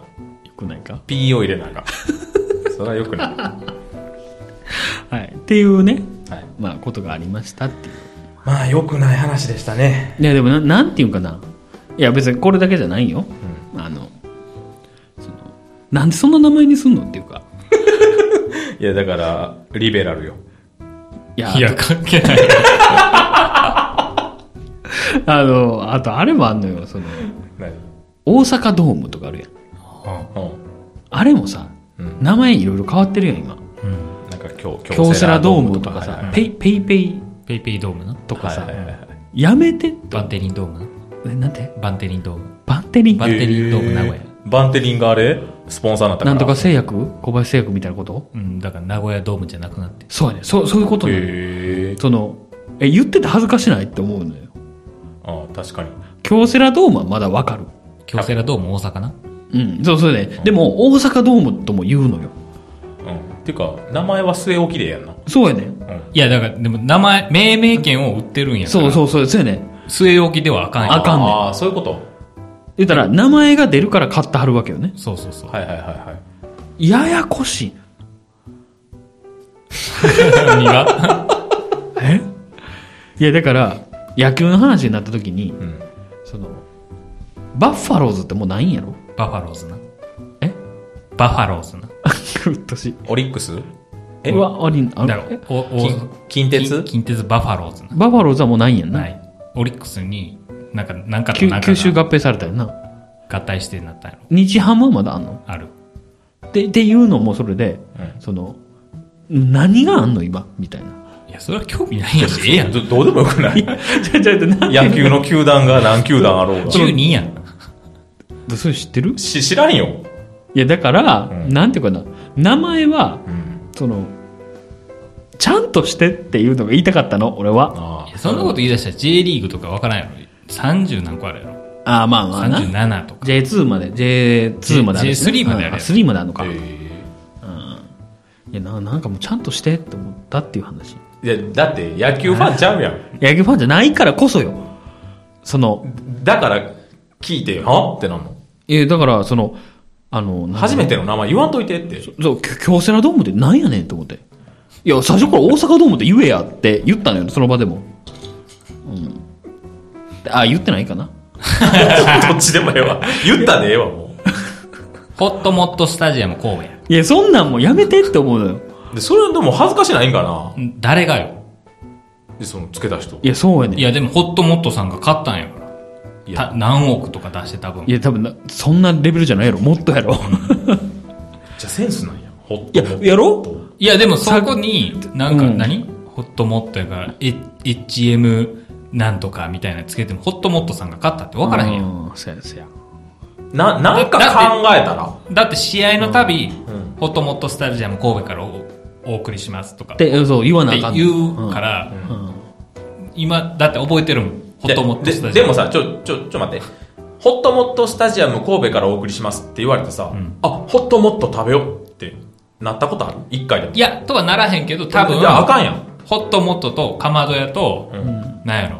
Speaker 1: くないか
Speaker 3: P を入れなあかん。それはよくない。は
Speaker 1: はい。っていうね、
Speaker 3: い。
Speaker 1: まあ、ことがありましたっていう。
Speaker 3: まあ、よくない話でしたね。
Speaker 1: いや、でもな、なんていうんかな。いや、別にこれだけじゃないよ。あの、その、なんでそんな名前にすんのっていうか。
Speaker 3: いや、だから、リベラルよ。
Speaker 1: いや、
Speaker 2: いや、関係 ない。
Speaker 1: あの、あとあれもあんのよ、その、
Speaker 3: 何
Speaker 1: 大阪ドームとかあるやん。
Speaker 3: う
Speaker 1: あれもさ、
Speaker 3: うん
Speaker 1: 名前いろいろ変わってるやん、今。
Speaker 2: うん。
Speaker 3: ん。なんか、京
Speaker 1: 京セラドームとかさ、ペイペイペイ
Speaker 2: ペイペイドームな。
Speaker 1: とかさ、
Speaker 3: はいはいはいはい
Speaker 1: やめて、
Speaker 2: バンテリンドームな。
Speaker 1: えなんて
Speaker 2: バンテリンドーム。
Speaker 1: バンテリン
Speaker 2: バンテリンドーム名古屋
Speaker 3: えバンテリンがあれスポンサーになったか
Speaker 1: な
Speaker 3: ら。
Speaker 1: んとか製薬小林製薬みたいなこと
Speaker 2: うん、だから名古屋ドームじゃなくなって。
Speaker 1: そうやね。そう、そういうこと
Speaker 3: へ
Speaker 1: ね。
Speaker 3: え。
Speaker 1: その、え、言ってて恥ずかしないって思うのよ。
Speaker 3: ああ、確かに。
Speaker 1: 京セラドームはまだわかる。
Speaker 2: 京セラドーム大阪な。
Speaker 1: うん、そうそうね。でも、大阪ドームとも言うのよ。
Speaker 3: うん。てか、名前は据え置きでええやんな。
Speaker 1: そうやね。
Speaker 2: いや、だから、でも名前、命名権を売ってるんやから。
Speaker 1: そうそうそう、そうやね。
Speaker 2: 据え置きではあかんやん
Speaker 1: あかんねん
Speaker 3: ああ、そういうこと。
Speaker 1: 言ったら、名前が出るから買ってはるわけよね。
Speaker 2: そうそうそう。
Speaker 3: はいはいはいはい。
Speaker 1: ややこしい。
Speaker 2: 何が
Speaker 1: いや、だから、野球の話になった時に、
Speaker 3: ん
Speaker 1: その、バッファローズってもうないんやろ
Speaker 2: バファローズな。
Speaker 1: え
Speaker 2: バファローズな。
Speaker 1: うっとしい。
Speaker 3: オリックスえ
Speaker 1: うわ、ありん、あ
Speaker 2: だろ
Speaker 1: え
Speaker 2: う。おお
Speaker 3: 近近鉄
Speaker 2: 近近鉄バファローズな。
Speaker 1: バッファローズはもうないんやんな。
Speaker 2: はい。オリックスに、なんか、なんかと
Speaker 1: きゅ
Speaker 2: なんか
Speaker 1: 吸収
Speaker 2: が
Speaker 1: 合併されたよな。
Speaker 2: 合体してなったんやろ。
Speaker 1: 日ハムはまだあんの
Speaker 2: ある。
Speaker 1: で、っていうのもそれで、その、何があんの今みたいな。
Speaker 2: いや、それは興味 ないやし、ええやん。
Speaker 3: どどうでもよくない
Speaker 1: ちゃちゃちゃ、なん
Speaker 3: 野球の球団が何球団あろうが。
Speaker 2: 12やん。
Speaker 1: それ知ってる
Speaker 3: し知らんよ。
Speaker 1: いや、だから、
Speaker 3: うん
Speaker 1: なんていうかな、名前は、
Speaker 3: うん。
Speaker 1: その、ちゃんとしてっていうのが言いたかったの、俺は。
Speaker 3: あ
Speaker 2: いやそんなこと言い出したら J リーグとかわからんやろ。30何個あるやろ。
Speaker 1: ああ、まあまあな。
Speaker 2: 37とか。
Speaker 1: J2 まで、J2 まであるしね
Speaker 2: J3 まである
Speaker 1: うん3まであるのか。い
Speaker 3: え
Speaker 1: やな、なんかもうちゃんとしてって思ったっていう話。
Speaker 3: ーいや、だって野球ファンちゃうやん。
Speaker 1: 野球ファンじゃないからこそよ。その、
Speaker 3: だから、聞いてよ。はってなんの。
Speaker 1: いや、だから、その、あの、なんか
Speaker 3: 初めての名前言わんといて って。
Speaker 1: そう、きょ京セラドームってなんやねんと思って。いや、最初から大阪ドームって言えやって言ったのよ、その場でも。うん。あ、言ってないかな。
Speaker 3: どっちでもええわ。 言ったでええわ、も
Speaker 2: ホットモットスタジアム神戸や。
Speaker 1: いや、そんなんもうやめてって思うのよ。
Speaker 3: う。で、それはでも恥ずかしないんかな。
Speaker 2: ん誰がよ。
Speaker 3: で、その、つけた人。
Speaker 1: いや、そうやねん。い
Speaker 2: い
Speaker 1: や、
Speaker 2: や、でもホットモットさんが勝ったんやから。
Speaker 3: いや
Speaker 2: た何億とか出して多分。
Speaker 1: 多分な、そんなレベルじゃないやろ。もっとやろ。
Speaker 3: じゃあセンスなんや。ほっ
Speaker 1: い
Speaker 3: と
Speaker 1: や、やろ
Speaker 2: いや、でもそこに、なんか
Speaker 1: うん
Speaker 2: 何、ホットモットやから、え HM なんとかみたいなのつけても、ホットモットさんが勝ったって分からへんやん。
Speaker 1: ん。そうや、そうや。
Speaker 3: な、なんか考えたら。
Speaker 2: だって試合のたび、
Speaker 3: ん
Speaker 2: ホットモットスタジアム神戸からおお送りしますとか。って
Speaker 1: で、そう、言わなあかんの。
Speaker 2: 言うから、
Speaker 1: うん。うん
Speaker 2: 今、だって覚えてるもん。ホットモットスタジアム。
Speaker 3: ででもさ、ちょ、ちょ、ちょ待って。ホットモットスタジアム神戸からお送りしますって言われてさ、
Speaker 2: うん
Speaker 3: あ、ホットモット食べようってなったことある一回でも。
Speaker 2: いや、とはならへんけど、多分
Speaker 3: い、や、あかんやん。
Speaker 2: ホットモットとかまど屋と、
Speaker 3: うん。
Speaker 2: なんやろ、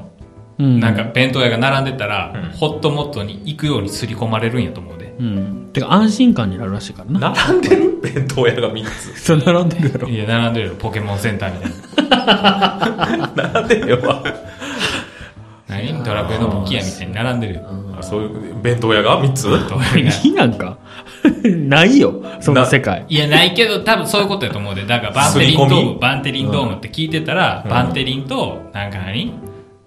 Speaker 1: うん
Speaker 2: なんか、弁当屋が並んでたら、
Speaker 3: うん
Speaker 2: ホットモットに行くように刷り込まれるんやと思うで。
Speaker 1: うん。てか安心感になるらしいからな。
Speaker 3: 並んでる弁当屋が3つ。
Speaker 1: そう、並んでるやろ。
Speaker 2: いや、並んでるよ、ポケモンセンター みたいな。
Speaker 3: 並んでるよ。
Speaker 2: 何ドラクエの武器屋みたいに並んでるよ。
Speaker 3: あそういう、弁当屋が3つ
Speaker 2: ドラクエ が
Speaker 1: いいなんか ないよ、そんな世界。
Speaker 2: いや、ないけど、多分そういうことやと思うで。だから、バンテリンド
Speaker 3: 刷り込
Speaker 2: ー
Speaker 3: み
Speaker 2: ム、バンテリンドームって聞いてたら、
Speaker 3: うん
Speaker 2: バンテリンと、なんか何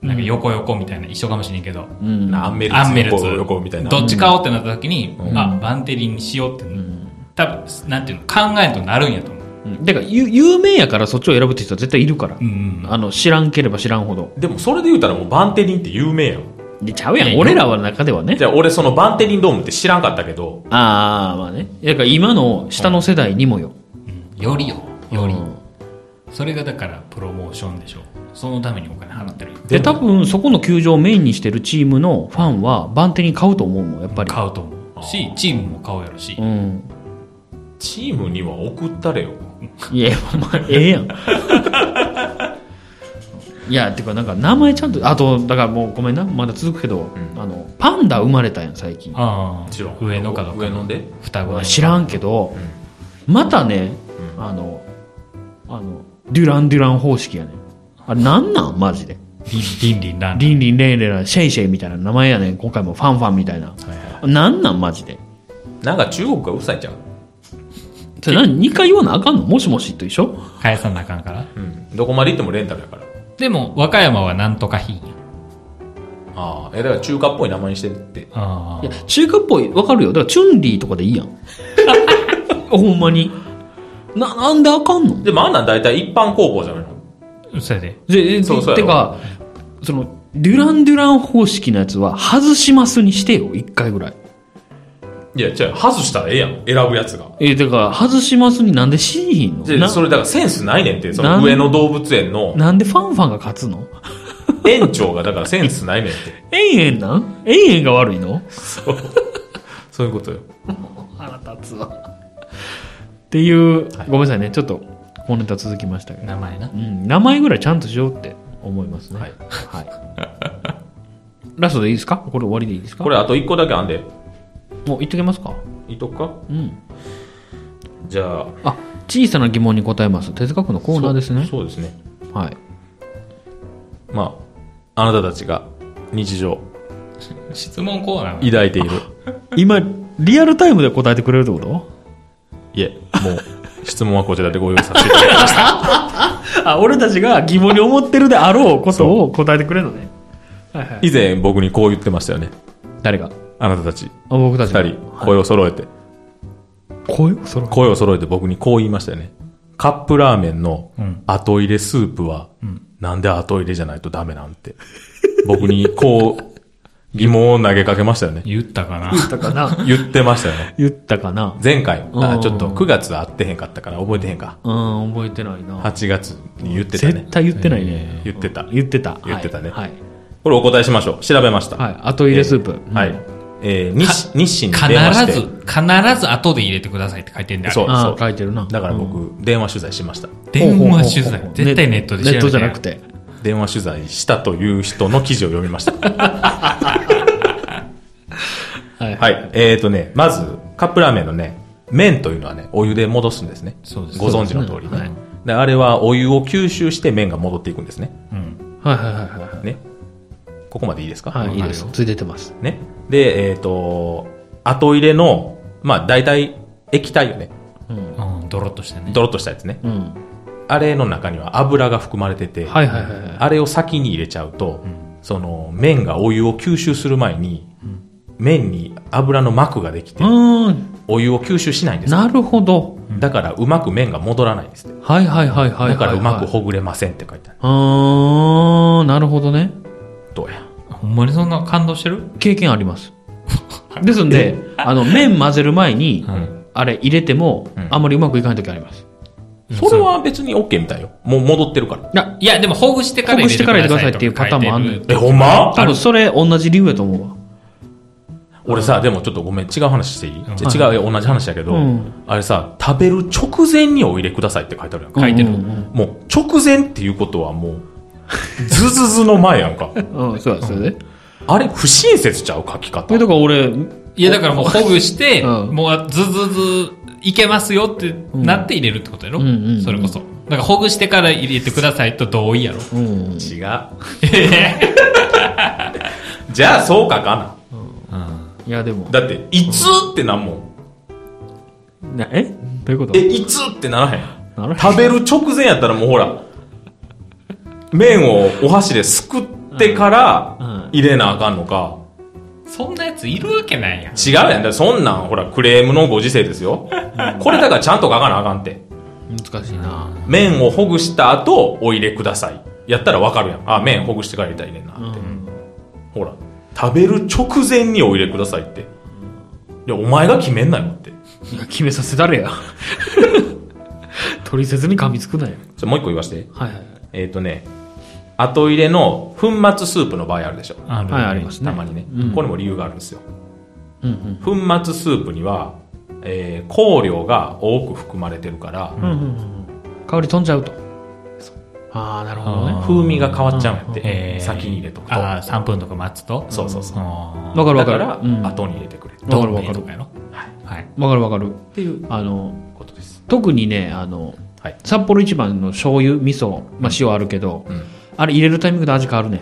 Speaker 2: なんか横横みたいな、一緒かもしれんけど。
Speaker 1: うん。
Speaker 3: アンメルツ。
Speaker 2: アンメルツ。
Speaker 3: 旅行みたいな。
Speaker 2: どっち買おうってなった時に、
Speaker 3: うん
Speaker 2: あ、バンテリンにしようって、多分、なんていうの、考えんとなるんやと思う。
Speaker 1: うんてか、ゆ有名やからそっちを選ぶって人は絶対いるから
Speaker 2: う。ん。
Speaker 1: あの、知らんければ知らんほど。
Speaker 3: でもそれで言うたらもうバンテリンって有名 やん。
Speaker 1: でちゃうや
Speaker 2: い
Speaker 1: ん。
Speaker 2: や
Speaker 1: 俺らは中ではね
Speaker 3: じ。ゃあ俺そのバンテリンドームって知らんかったけど、
Speaker 1: ああ、まあね。だから今の下の世代にもよ。
Speaker 2: よりよ。より
Speaker 1: う。ん
Speaker 2: それがだから、プロモーションでしょ。そのためにお金払ってるよ。
Speaker 1: で、多分そこの球場をメインにしてるチームのファンはバンテリン買うと思うもん、やっぱり。
Speaker 2: 買うと思うし、チームも買うやろし
Speaker 1: う。ん。
Speaker 3: チームには送ったれよ。
Speaker 1: いや、お前、ええやん。いや、てか、なんか、名前ちゃんと、あと、だからもう、ごめんな、まだ続くけど、
Speaker 3: うん
Speaker 1: あの、パンダ生まれたやん、最近。
Speaker 2: あ
Speaker 3: もちろん。
Speaker 2: あ、上野かどうか
Speaker 3: 上野で。
Speaker 2: 双子の
Speaker 1: 知らんけど、またね、あの、あの、デュラン・デュラン方式やねん。あれ、なんなんマジで。
Speaker 2: リンリンリンラン
Speaker 1: リンリン、レイレイラ、シェイシェイみたいな名前やねん。今回もファンファンみたいな。なんなんマジで。
Speaker 3: なんか中国がうるさいちゃう。
Speaker 1: それ何、2回言わなあかんのもしもしと一緒
Speaker 2: 返さなあかんから
Speaker 3: うん。どこまで行ってもレンタルやから。
Speaker 2: でも和歌山はなんとか品や
Speaker 3: ああ、え、だから中華っぽい名前にしてって。
Speaker 2: あ
Speaker 1: いや、中華っぽい、わかるよ。だから、チュンリーとかでいいやん。ほんまに。な、なんであかんの
Speaker 3: でもあんなん大体一般公募じゃないの
Speaker 2: あそれで
Speaker 1: で、で
Speaker 3: そうそうやろ
Speaker 1: てか、その、デュラン・デュラン方式のやつは、外しますにしてよ、一回ぐらい。
Speaker 3: いや、違う、外したらええやん。選ぶやつが。
Speaker 1: え、だから、外しますになんでしーひんの
Speaker 3: で
Speaker 1: な
Speaker 3: それだからセンスないねんって、そ
Speaker 1: な
Speaker 3: の
Speaker 1: ん
Speaker 3: 上野動物園の
Speaker 1: なんでファンファンが勝つの
Speaker 3: 園長がだからセンスないねんって。
Speaker 1: えんえんなんえんえんが悪いの
Speaker 3: そう。 そういうことよ。
Speaker 1: 腹立つわ。っていう、ごめんなさいね、ちょっと、このネタ続きましたけど。
Speaker 2: 名前な
Speaker 1: うん、名前ぐらいちゃんとしようって思いますね。はい。 ラストでいいですかこれ終わりでいいですか
Speaker 3: これあと一個だけあんで。
Speaker 1: もう言っときますか
Speaker 3: いっとくか
Speaker 1: うん。
Speaker 3: じゃあ。
Speaker 1: あ、小さな疑問に答えます。手塚区のコーナーですね。
Speaker 3: そうそうですね。
Speaker 1: はい。
Speaker 3: まあ、あなたたちが日常
Speaker 2: 質問コーナー
Speaker 3: 抱いている。
Speaker 1: 今、リアルタイムで答えてくれるってこと
Speaker 3: いえ、もう、質問はこちらでご用意させていただきます。
Speaker 1: あ、俺たちが疑問に思ってるであろうことを答えてくれるのね。はいはい。
Speaker 3: 以前僕にこう言ってましたよね。
Speaker 1: 誰があ、
Speaker 3: あなたたち、
Speaker 1: 僕たちが。
Speaker 3: 二人、声を揃えて、
Speaker 1: 声を揃う。
Speaker 3: 声を揃えて僕にこう言いましたよね。カップラーメンの
Speaker 2: うん
Speaker 3: 後入れスープは、なんで後入れじゃないとダメなんて。僕にこう、疑問を投げかけましたよね。
Speaker 2: 言ったかな
Speaker 1: 言ったかな
Speaker 3: 言ってましたよね。
Speaker 1: 言ったかな
Speaker 3: 前回、
Speaker 1: う
Speaker 3: あ
Speaker 1: ん
Speaker 3: ちょっと9月会ってへんかったから覚えてへんか。
Speaker 1: うん、覚えてないな。
Speaker 3: 8月に言ってたね
Speaker 1: 絶。対言ってないね。
Speaker 3: 言ってた。
Speaker 1: 言ってた。
Speaker 3: 言ってたね
Speaker 1: はい。
Speaker 3: これお答えしましょう。調べました。
Speaker 1: はい。後入れスープ。
Speaker 3: はい。えー、日日清に電話して。
Speaker 2: 必ず必ず後で入れてくださいって書いてんだよ
Speaker 3: そう
Speaker 1: ああ、書いてるな。
Speaker 3: だから僕、電話取材しました。
Speaker 2: 電話取
Speaker 1: ほうほうほうほ
Speaker 2: 材
Speaker 1: う
Speaker 2: 絶対ネットで調べ
Speaker 1: ネットじゃなく
Speaker 2: て
Speaker 1: て。
Speaker 3: 電話取材したという人の記事を読みました。
Speaker 1: はい。
Speaker 3: はいい。えーとね、まず、カップラーメンのね、麺というのはね、お湯で戻すんですね。
Speaker 2: そうです
Speaker 3: ご存知の通り
Speaker 1: そうです
Speaker 3: ね
Speaker 1: ね。
Speaker 3: であれはお湯を吸収して麺が戻っていくんですね。
Speaker 2: うん
Speaker 1: はいはいはいはい
Speaker 3: ね。ここまでいいですか
Speaker 1: はい。はい、いいです
Speaker 2: わかる。よ
Speaker 1: ついててます。
Speaker 3: ね。で、えーと、後入れの、まあ大体液体よね。
Speaker 1: うん。
Speaker 2: うんドロッとしてね
Speaker 3: ドロッとしたやつね。
Speaker 1: うん。
Speaker 3: あれの中には油が含まれてて、
Speaker 1: はいはいはいはい。
Speaker 3: あれを先に入れちゃうと、その麺がお湯を吸収する前に、麺に油の膜ができて、
Speaker 1: うーん。
Speaker 3: お湯を吸収しないんですよ
Speaker 1: なるほど。
Speaker 3: だからうまく麺が戻らないんですって
Speaker 1: はいはいはいはいはい。
Speaker 3: だからうまく
Speaker 1: ほ。
Speaker 3: ほぐれませんって書いてある。
Speaker 1: あー、なるほどね。
Speaker 3: どうや。
Speaker 2: ほんまにそんな感動してる
Speaker 1: 経験あります。 ですんで、あの、麺混ぜる前に、あれ入れても
Speaker 3: うん、
Speaker 1: あんまりうまくいかない時あります。
Speaker 3: それは別に OK みたいよ。もう戻ってるから。
Speaker 1: いや、
Speaker 2: いやでもほぐしてから
Speaker 1: ほぐしてから入れてください
Speaker 2: と
Speaker 1: っていうパターンもあんのよ
Speaker 2: 書いて
Speaker 3: え、ほんま
Speaker 1: 多分それ同じ理由やと思うわ。
Speaker 3: 俺さ、でもちょっとごめん、違う話していい、
Speaker 2: ん
Speaker 3: じゃ違う、同じ話やけど、
Speaker 1: うん
Speaker 3: あれさ、食べる直前にお入れくださいって書いてあるやんか。
Speaker 2: 書いてる
Speaker 1: うんうん
Speaker 3: もう、直前っていうことはもう、ズズズの前や んか。
Speaker 1: うんうん、そうだ、そうだね。
Speaker 3: あれ、不親切ちゃう書き
Speaker 1: こ
Speaker 3: 方
Speaker 1: れ。だから俺、
Speaker 2: いや、だからもうほぐして、
Speaker 1: うん
Speaker 2: もうずずずいけますよってなって入れるってことやろ、
Speaker 1: うんうんうん
Speaker 2: それこそ。だからほぐしてから入れてくださいと同意やろ。
Speaker 1: うん。
Speaker 3: 違う。 じゃあ、そう書か
Speaker 1: いや、でも
Speaker 3: な。。だって、いつってなんもん。
Speaker 1: なえどういうこと
Speaker 3: え、いつってならへん。
Speaker 1: なる
Speaker 3: 食べる直前やったらもうほら、麺をお箸ですくってから
Speaker 1: うんうん
Speaker 3: 入れなあかんのか。
Speaker 2: そんなやついるわけないやん。
Speaker 3: 違うやん。だからそんなん、ほら、クレームのご時世ですよ。これだからちゃんと書かなあかんって。
Speaker 1: 難しいな。
Speaker 3: 麺をほぐした後、お入れください。やったらわかるやん。あ、麺ほぐしてから入れたら入れんなって。ほら、食べる直前にお入れくださいって。いや、お前が決めんなよって。
Speaker 1: いや決めさせたれや。 取説に噛みつくなよ。
Speaker 3: じゃあもう一個言わして。
Speaker 1: はいはい。
Speaker 3: えっ、とね、後入れの粉末スープの場合あるでしょ。
Speaker 2: ある
Speaker 1: はい、ありますね。
Speaker 3: たまにね、
Speaker 1: うん
Speaker 3: これも理由があるんですよ
Speaker 1: うんうん。
Speaker 3: 粉末スープには、えー香料が多く含まれてるから、
Speaker 1: うんうんうん。香り飛んじゃうと。ああ、なるほどね。
Speaker 2: あ
Speaker 3: 風味が変わっちゃうんやって、
Speaker 2: えー
Speaker 3: 先に入れとくと
Speaker 2: ああ、3分とか待つと。
Speaker 3: そうそうそう
Speaker 2: あ
Speaker 1: わかるわか
Speaker 3: だか
Speaker 1: る。
Speaker 3: ら、
Speaker 1: うん
Speaker 3: 後に入れてくれっ
Speaker 2: ー
Speaker 1: わかるわか
Speaker 2: 同盟と
Speaker 1: る。
Speaker 2: かやろ。はい。
Speaker 1: わかるわかる。
Speaker 3: ていう
Speaker 1: あの、
Speaker 3: ことです
Speaker 1: 特にね、あの、
Speaker 3: はい
Speaker 1: 札幌一番の醤油、味噌、まあ塩あるけど、
Speaker 3: うん
Speaker 1: あれ入れるタイミングで味変わるね。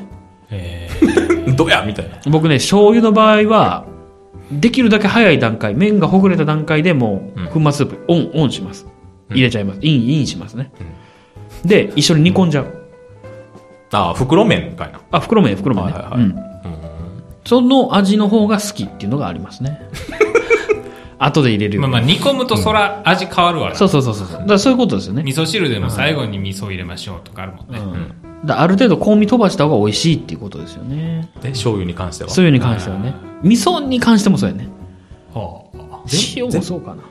Speaker 2: え ー
Speaker 3: どやみたいな
Speaker 1: 僕ね、醤油の場合は、できるだけ早い段階、麺がほぐれた段階でも
Speaker 3: うん
Speaker 1: う、粉末スープ、オン、オンします。入れちゃいます。イン、インしますね。で、一緒に煮込んじゃう。
Speaker 3: ああ袋麺かいな
Speaker 1: あ、袋麺、袋麺ね。
Speaker 3: はいはいはい
Speaker 1: うん。その味の方が好きっていうのがあります ね。後で入れるよ
Speaker 2: ま
Speaker 1: り
Speaker 2: あまあ、煮込むとそら味変わるわな
Speaker 1: そうそうそうそう。だからそういうことですよね。
Speaker 2: 味噌汁でも最後に味噌入れましょうとかあるもんね。
Speaker 1: だからある程度香味飛ばした方が美味しいっていうことですよね。
Speaker 3: で醤油に関しては
Speaker 1: そういうに関してはね。味噌に関してもそうやね。
Speaker 2: ほう
Speaker 1: 塩もそうかな。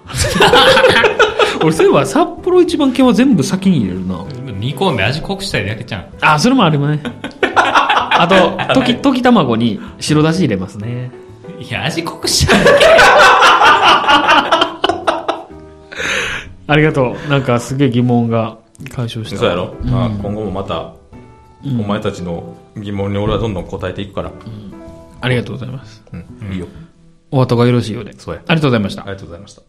Speaker 1: 俺そういえば札幌一番系は全部先に入れるな。
Speaker 2: 煮込んで味濃くしたいだけじゃん。
Speaker 1: あ、それもあります ね。あと、溶き、溶き卵に白だし入れますね。
Speaker 2: いや、味濃くしたいだけ。
Speaker 1: ありがとう。なんかすげえ疑問が解消した。
Speaker 3: そうやろ、まあ、今後もまた、お前たちの疑問に俺はどんどん答えていくから、
Speaker 1: ありがとうございます。
Speaker 3: うんいいよ
Speaker 1: お後がよろしいようで。
Speaker 3: そうや
Speaker 1: ありがとうございました
Speaker 3: あり。がとうございました